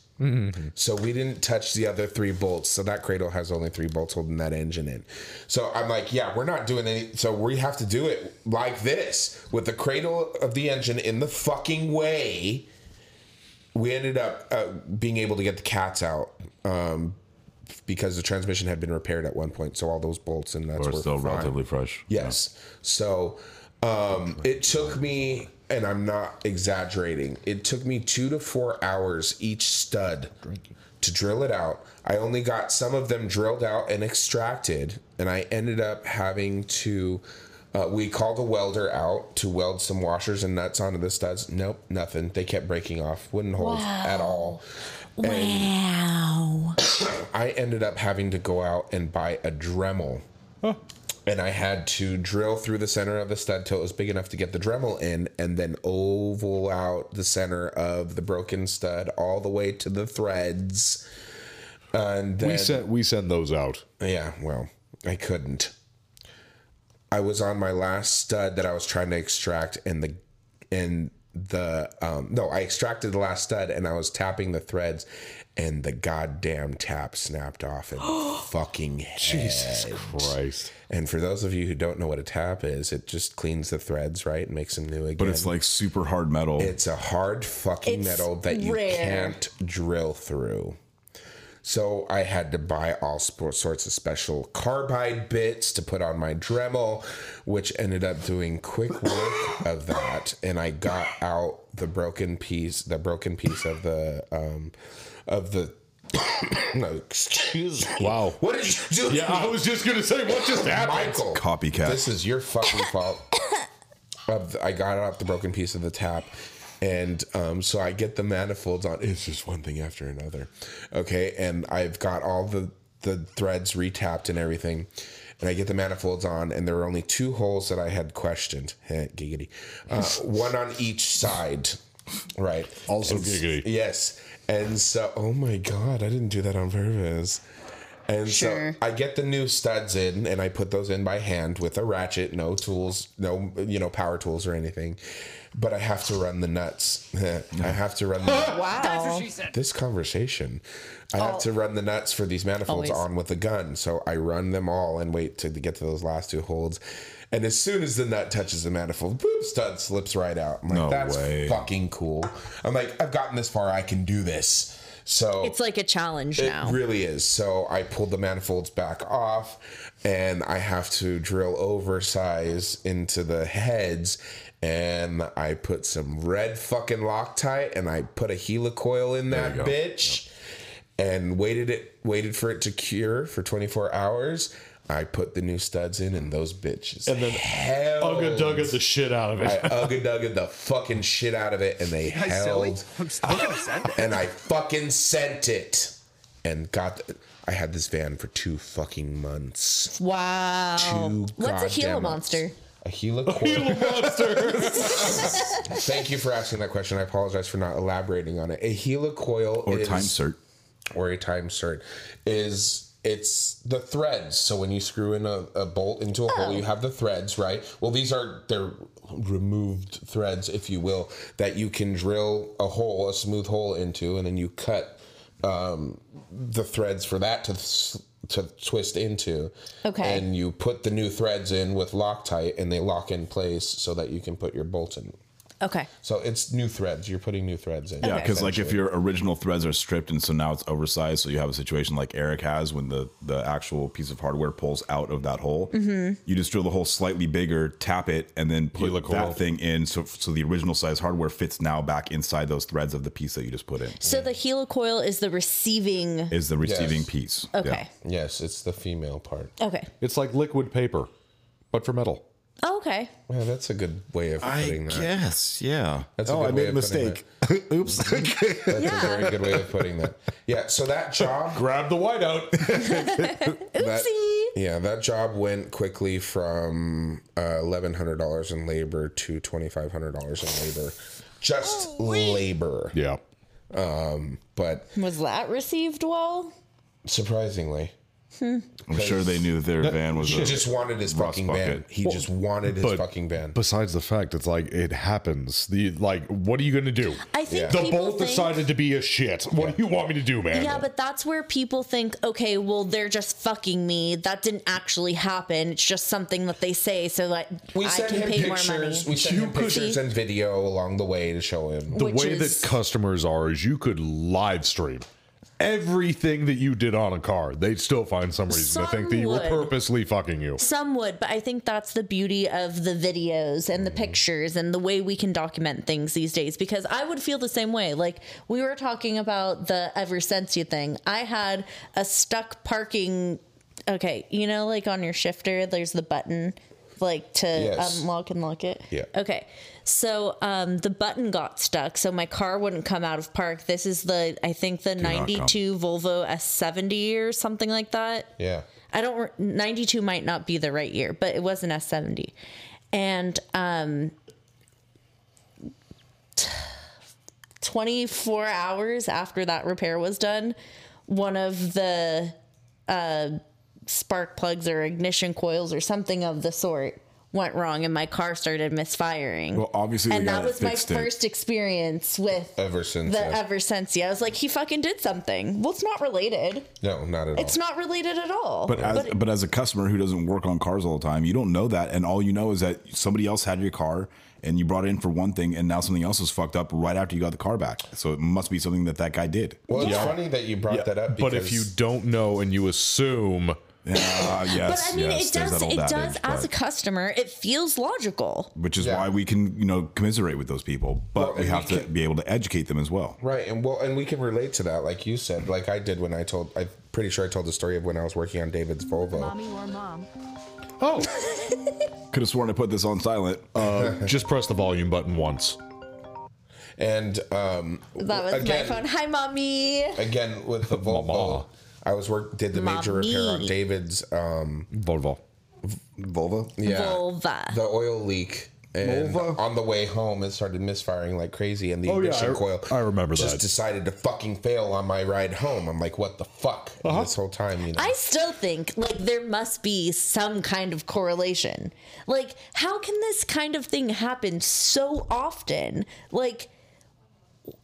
B: So we didn't touch the other three bolts. So that cradle has only three bolts holding that engine in. So I'm like, yeah, we're not doing any. So we have to do it like this with the cradle of the engine in the fucking way. We ended up uh, being able to get the cats out um, because the transmission had been repaired at one point. So all those bolts and that's
A: We're still
B: fine.
A: relatively fresh.
B: Yes. So um, it took me, and I'm not exaggerating, it took me two to four hours each stud to drill it out. I only got some of them drilled out and extracted, and I ended up having to. Uh, we called a welder out to weld some washers and nuts onto the studs. Nope, nothing. They kept breaking off. Wouldn't hold at all. And
D: wow.
B: I ended up having to go out and buy a Dremel. And I had to drill through the center of the stud till it was big enough to get the Dremel in, and then oval out the center of the broken stud all the way to the threads. And then,
C: We sent we send those out.
B: yeah, well, I couldn't. I was on my last stud that I was trying to extract, and the and the um no, I extracted the last stud, and I was tapping the threads, and the goddamn tap snapped off, and fucking Jesus
C: Christ.
B: And for those of you who don't know what a tap is, it just cleans the threads, right, and makes them new again.
A: But it's like super hard metal.
B: It's a hard fucking
D: It's
B: metal that you
D: rare.
B: can't drill through. So I had to buy all sp- sorts of special carbide bits to put on my Dremel, which ended up doing quick work of that. And I got out the broken piece, the broken piece of the um, of the. no, excuse me.
C: Wow.
B: What did you do? to
C: Yeah, I
B: me?
C: was just gonna say what just happened.
B: Michael.
A: Copycat.
B: This is your fucking fault. Of the- I got out the broken piece of the tap. And um, so I get the manifolds on. It's just one thing after another. Okay. And I've got all the, the threads retapped and everything. And I get the manifolds on. And there were only two holes that I had questioned. Heh, Giggity. Uh, one on each side. Right.
C: Also
B: And s-
C: giggity.
B: Yes. And so, oh my God, I didn't do that on purpose. And
E: Sure.
B: so I get the new studs in and I put those in by hand with a ratchet, no tools, no you know power tools or anything. But I have to run the nuts. I have to run the
D: Wow.
B: this conversation. I have to run the nuts for these manifolds
D: Oh. Always.
B: on with a gun. So I run them all and wait to get to those last two holds. And as soon as the nut touches the manifold, boop, stud slips right out. I'm like,
A: No
B: that's
A: way.
B: fucking cool. I'm like, I've gotten this far. I can do this. So
D: It's like a challenge now.
B: it really is. So I pulled the manifolds back off and I have to drill oversize into the heads and I put some red fucking Loctite and I put a helicoil in that
A: you go.
B: bitch and waited it waited for it to cure for 24 hours. I put the new studs in and those bitches. And then hell
C: Ugga dugga the shit out of it.
B: I ugga dugga the fucking shit out of it and they
I: Guys, silly.
B: held
I: I'm still gonna send it.
B: and I fucking sent it and got. The, I had this van for two fucking mons.
D: Wow.
B: Two
D: Oh, What's a
B: goddamn
D: Gila
B: months.
D: monster?
B: A Gila coil. Thank you for asking that question. I apologize for not elaborating on it. A Gila coil
A: or
B: is,
A: time cert.
B: or a time cert is it's the threads. So when you screw in a, a bolt into a hole, you have the threads, right? Well, these are they're removed threads, if you will, that you can drill a hole, a smooth hole into, and then you cut um, the threads for that to s- to twist into.
D: Okay.
B: And you put the new threads in with Loctite, and they lock in place so that you can put your bolt in.
D: Okay.
B: So it's new threads. You're putting new threads in.
A: Yeah, because like if your original threads are stripped and so now it's oversized, so you have a situation like Eric has when the the actual piece of hardware pulls out of that hole.
D: Mm-hmm.
A: You just drill the hole slightly bigger, tap it, and then put
C: look
A: that
C: cool.
A: thing in, so so the original size hardware fits now back inside those threads of the piece that you just put in.
D: So the Gila coil is the receiving.
A: Is the receiving
B: Yes.
A: piece?
D: Okay.
B: Yes, it's the female part.
D: Okay.
C: It's like liquid paper, but for metal.
D: Oh, okay.
B: Yeah, that's a good way of putting that.
A: guess, yeah.
B: That's a good way of putting
A: Oops.
B: That's a very good way of putting that. Yeah, so that job
C: Grab the whiteout.
B: that-
D: See?
B: yeah, that job went quickly from uh, eleven hundred dollars in labor to twenty five hundred dollars in labor, just labor. Um,
C: yeah.
B: But
D: Was that received well?
B: surprisingly,
A: I'm sure they knew their van was.
B: he
A: A,
B: just wanted his
A: Ross
B: fucking van.
A: bucket.
B: He just wanted his
C: but-
B: fucking van.
C: Besides the fact, it's like it happens. The like, what are you gonna do?
D: I think
C: the
D: people
C: bolt
D: think-
C: decided to be a shit. What do you want me to do, man?
D: Yeah, but that's where people think, okay, well, they're just fucking me. That didn't actually happen. It's just something that they say so that
B: we
D: I
B: sent
D: can
B: him
D: pay more money.
B: pictures. We sent him pictures and video along the way to show him.
C: the
D: which
C: way
D: is-
C: that customers are is you could live stream everything that you did on a car. They'd still find some reason to think that you were
D: Some would.
C: purposely fucking you.
D: Some would, but I think that's the beauty of the videos and the pictures and the way we can document things these days because I would feel the same way. Like we were talking about the ever since you thing. I had a stuck parking okay, you know like on your shifter there's the button like to
B: Yes.
D: unlock and lock it.
B: Yeah.
D: Okay. So um the button got stuck so my car wouldn't come out of park. This is the I think the
A: not come.
D: 92 Volvo S70 or something like that.
B: Yeah.
D: I don't. re- Ninety-two might not be the right year, but it was an S seventy, and um, t- twenty-four hours after that repair was done, one of the uh, spark plugs or ignition coils or something of the sort went wrong, and my car started misfiring.
A: well, obviously,
D: and
A: they
D: that
A: got
D: was my
A: fixed it.
D: first experience with
B: Ever since.
D: the
B: that-
D: ever since. Yeah, I was like, he fucking did something. Well, it's not related.
B: no, not at all.
D: It's not related at all.
A: But as, but, as a customer who doesn't work on cars all the time, you don't know that, and all you know is that somebody else had your car, and you brought it in for one thing, and now something else is fucked up right after you got the car back. So it must be something that that guy did.
B: Well, it's funny that you brought that up.
C: But if you don't know and you assume,
A: Yeah, yes,
D: But I mean,
A: yes,
D: it
A: there's
D: does.
A: that old
D: It does.
A: adage,
D: as a
A: but-
D: customer, it feels logical.
A: which is
B: Yeah.
A: why we can you know commiserate with those people, but
B: Well,
A: we
B: and
A: have
B: we
A: to
B: can-
A: be able to educate them as well.
B: Right, and well, and we can relate to that, like you said, like I did when I told. I'm pretty sure I told the story of when I was working on David's
D: Mm-hmm.
B: Volvo.
C: oh,
A: Could have sworn I put this on silent. Um,
C: just press the volume button once.
B: And um,
D: That was
B: again,
D: my phone. Hi, mommy.
B: Again, with the Volvo,
C: Mama.
B: I was work did the major
D: Mommy.
B: repair on David's um,
C: Volvo.
B: Volvo. Yeah,
D: Vulva.
B: the oil leak And
C: Mulva?
B: on the way home, it started misfiring like crazy, and the
C: Oh, yeah,
B: ignition
C: I-
B: coil
C: I remember
B: just
C: that.
B: decided to fucking fail on my ride home. I'm like, what the fuck?
C: Uh-huh.
B: And This whole time, you know,
D: I still think like there must be some kind of correlation. Like, how can this kind of thing happen so often? Like,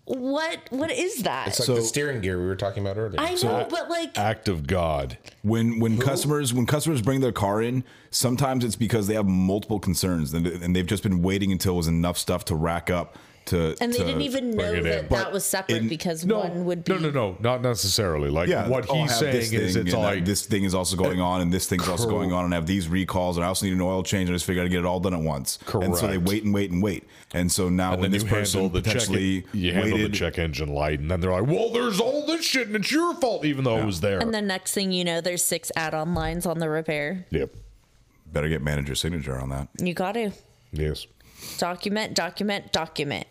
D: what what is that?
B: it's like
A: So-
B: the steering gear we were talking about earlier.
D: I know, but like,
C: Act of God.
A: When when customers when customers bring their car in, sometimes it's because they have multiple concerns and, and they've just been waiting until it was enough stuff to rack up to.
D: and they
A: to-
D: didn't even know
C: it in.
D: that that was separate
A: in-
D: because
C: No,
D: one would be
C: no, no, no, not necessarily. Like
A: Yeah,
C: what
A: oh, I
C: he's
A: have this
C: saying is,
A: thing,
C: it's
A: and that-
C: like
A: this thing is also going on, and this thing's also going on, and I have these recalls, and I also need an oil change. and I just figured I'd get it all done at once. And so they
C: Correct.
A: wait and wait and wait, and so now when
C: then
A: this
C: you handle
A: person
C: the check.
A: potentially
C: You handle the
A: waited
C: check engine light, and then they're like, "Well, there's all this shit, and it's your fault, even though it was there."
D: And the next thing you know, there's six add-on lines on the repair.
C: yep.
A: better get manager signature on that.
D: You got to
C: Yes.
D: document, document, document.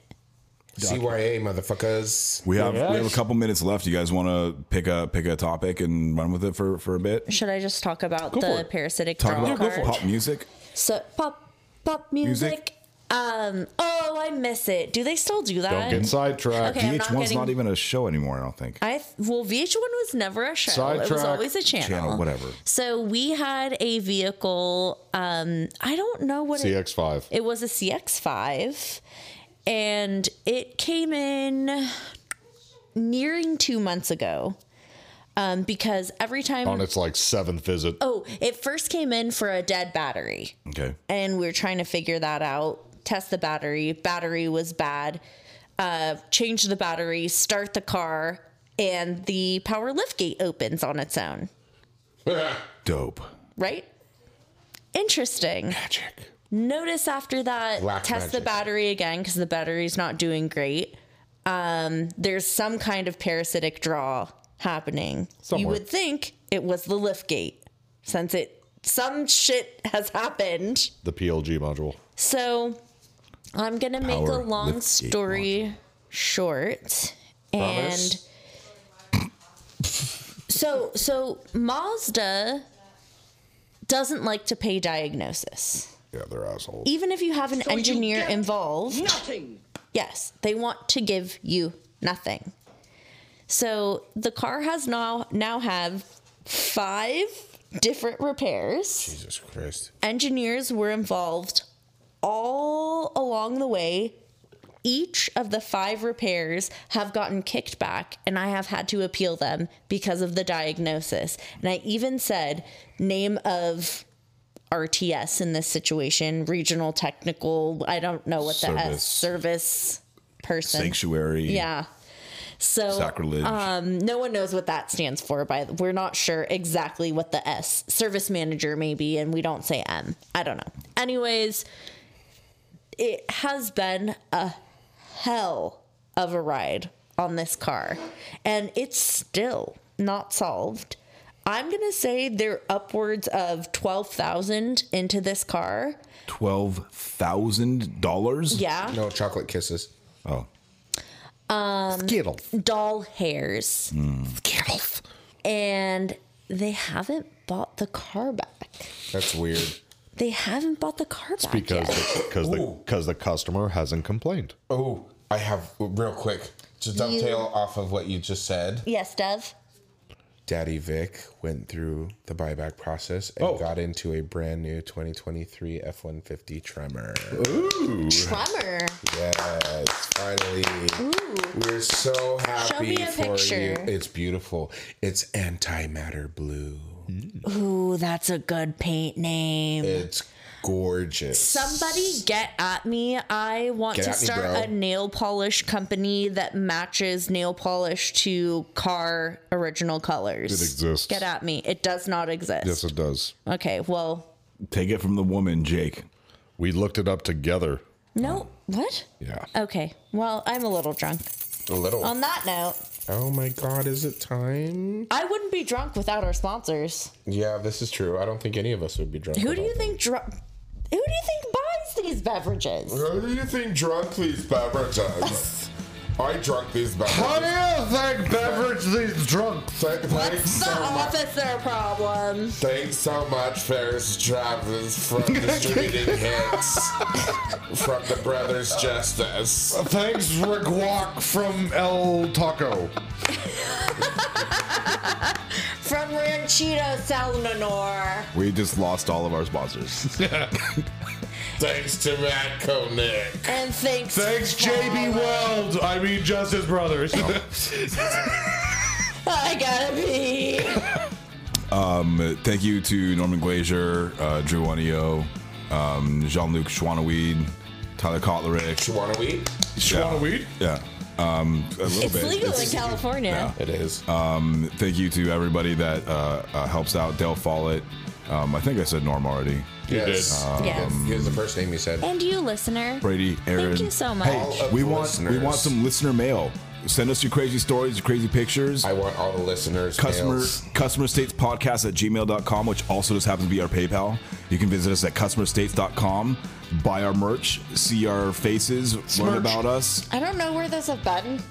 B: CYA motherfuckers.
A: We have we have a
C: Yes.
A: couple minutes left. You guys want to pick a pick a topic and run with it for for a bit?
D: Should I just talk about
A: Go for
D: the
A: it.
D: parasitic
A: Talk
D: draw
A: about
D: card?
A: pop music.
D: So pop, pop music.
A: Music.
D: Um. Oh, I miss it. Do they still do that?
C: Don't get sidetracked.
D: Okay, I'm not
A: VH1's
D: getting-
A: not even a show anymore. I don't think.
D: I well, VH1 was never a show. It was
C: Sidetrack,
D: always a channel.
A: channel, whatever.
D: So we had a vehicle. Um, I don't know what it
C: CX5.
D: It was a CX5 and it came in nearing two months ago. Um, because every time,
C: on its like seventh visit.
D: oh, it first came in for a dead battery
A: Okay.
D: and we were trying to figure that out. Test the battery. Battery was bad. Uh, change the battery. Start the car, and the power lift gate opens on its own.
A: Dope.
D: Right? Interesting. Magic. Notice after that,
B: Black
D: test the
B: magic.
D: battery again because the battery's not doing great. Um, there's some kind of parasitic draw happening. You
C: Somewhere.
D: would think it was the lift gate since it some shit has happened.
C: the PLG module.
D: So I'm gonna make a
A: Power
D: long
A: lift gate
D: story short. And
B: Promise?
D: so so Mazda doesn't like to pay diagnosis.
C: Yeah, they're assholes.
D: Even if you have an engineer
E: get
D: involved,
E: Nothing.
D: yes, they want to give you nothing. So the car has now now have five different repairs
B: Jesus Christ.
D: engineers were involved all along the way. Each of the five repairs have gotten kicked back, and I have had to appeal them because of the diagnosis. And I even said, name of RTS in this situation, regional technical, I don't know what the
A: Service.
D: S service person.
A: Sanctuary.
D: Yeah. Uh, So
A: Sacrilege.
D: no one knows what that stands for by the, we're not sure exactly what the s service manager maybe and we don't say m i don't know anyways it has been a hell of a ride on this car and it's still not solved i'm gonna say they're upwards of 12000 into this car
A: Twelve thousand dollars.
D: yeah
B: No chocolate kisses.
A: Oh.
D: doll hairs and they haven't bought the car back
B: That's weird.
D: They haven't bought the car back
C: Because
D: yet.
C: the, cause the, cause the customer hasn't complained.
B: Oh, I have real quick to dovetail off of what you just said.
D: Yes, Dev.
B: Daddy Vic went through the buyback process and got into a brand new 2023 F 150 Tremor.
D: Tremor.
B: Yes, finally. We're so happy
D: Show me a
B: for
D: picture.
B: you. It's beautiful. It's antimatter blue.
D: Ooh, that's a good paint name.
B: It's gorgeous.
D: Somebody get at me. I want
B: Get
D: to
B: at me,
D: start
B: bro.
D: a nail polish company that matches nail polish to car original colors.
C: It exists.
D: Get at me. It does not exist.
C: Yes, it does.
D: okay, well,
A: Take it from the woman, Jake.
C: We looked it up together.
D: no. What?
C: Yeah.
D: Okay, well, I'm a little drunk.
B: a little.
D: On that note,
B: oh my God, is it time?
D: I wouldn't be drunk without our sponsors.
B: Yeah, this is true. I don't think any of us would be drunk.
D: Who do
B: without
D: you think drunk? Who do you think buys these beverages?
B: Who do you think drunk these beverages? I drunk these
C: How do
B: beverages.
C: you think beverage these drunks?
B: Th- Thanks
D: It's the
B: so much.
D: officer problem.
B: Thanks so much, Ferris Travis, from distributing hits from the Brothers Justice.
C: Thanks, Rick Walk from El Taco.
E: From Ranchito, Salvador.
A: We just lost all of our sponsors.
B: Thanks to Matt Koenig.
E: And thanks.
C: Thanks,
E: for-
C: JB Weld. I mean, Justice Brothers.
E: I gotta be.
A: Um, thank you to Norman Glazier, uh, Drew Anio, um, Jean Luc Schwanaweed, Tyler Kotlerick.
B: You want to eat?
C: Shawna Weed.
A: Yeah. Um, a little
D: It's
A: bit.
D: legal in California.
B: It is.
A: Um, thank you to everybody that uh, uh, helps out. Dale Follett. Um, I think I said Norm already.
B: you
D: did. Yes.
B: Um, Here's the first name you said.
F: And you, listener.
A: Brady, Aaron.
F: Thank you so much.
B: All of
A: We
B: the
A: want we
B: listeners.
A: want some listener mail. Send us your crazy stories, your crazy pictures.
B: I want all the listeners.
A: customer
B: mails.
A: customer states podcast at gmail.com which also just happens to be our paypal you can visit us at customerstates.com buy our merch see our faces learn
C: Smirch.
A: about us
F: I don't know where there's a button.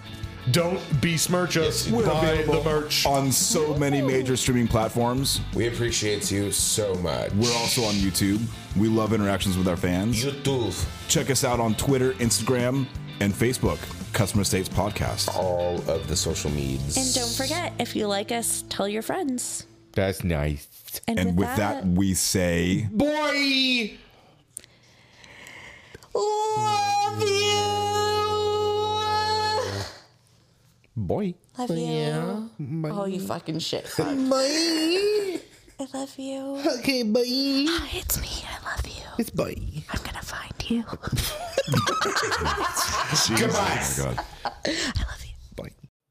C: Don't besmirch us. Buy the merch.
A: on so many major streaming platforms
B: We appreciate you so much.
A: we're also on youtube we love interactions with our fans
B: YouTube.
A: check us out on twitter instagram and facebook customer states podcast
B: All of the social medias.
D: And don't forget, if you like us, tell your friends.
C: That's nice.
D: And,
A: and with that we say
C: Boy.
E: Love you.
C: Boy.
E: Love you. Oh, you fucking shit. I love you.
I: Okay, bye.
F: Hi, it's me. I love you.
I: It's bye.
F: I'm gonna find you.
A: goodbye oh my God.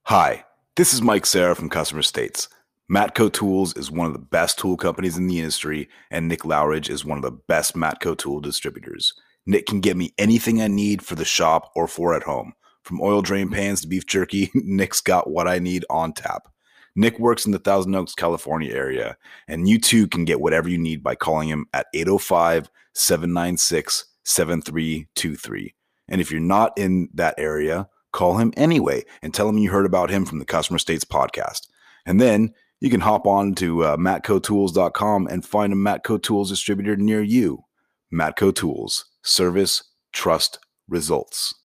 G: Hi, this is Mike Sarah from Customer States. Matco Tools is one of the best tool companies in the industry, and Nick Lowridge is one of the best Matco tool distributors. Nick can get me anything I need for the shop or for at home. From oil drain pans to beef jerky, Nick's got what I need on tap. Nick works in the Thousand Oaks, California area, and you too can get whatever you need by calling him at 805 796 7323. And if you're not in that area, call him anyway and tell him you heard about him from the Customer States podcast. And then you can hop on to uh, matcotools.com and find a Matco Tools distributor near you. Matco Tools, service, trust, results.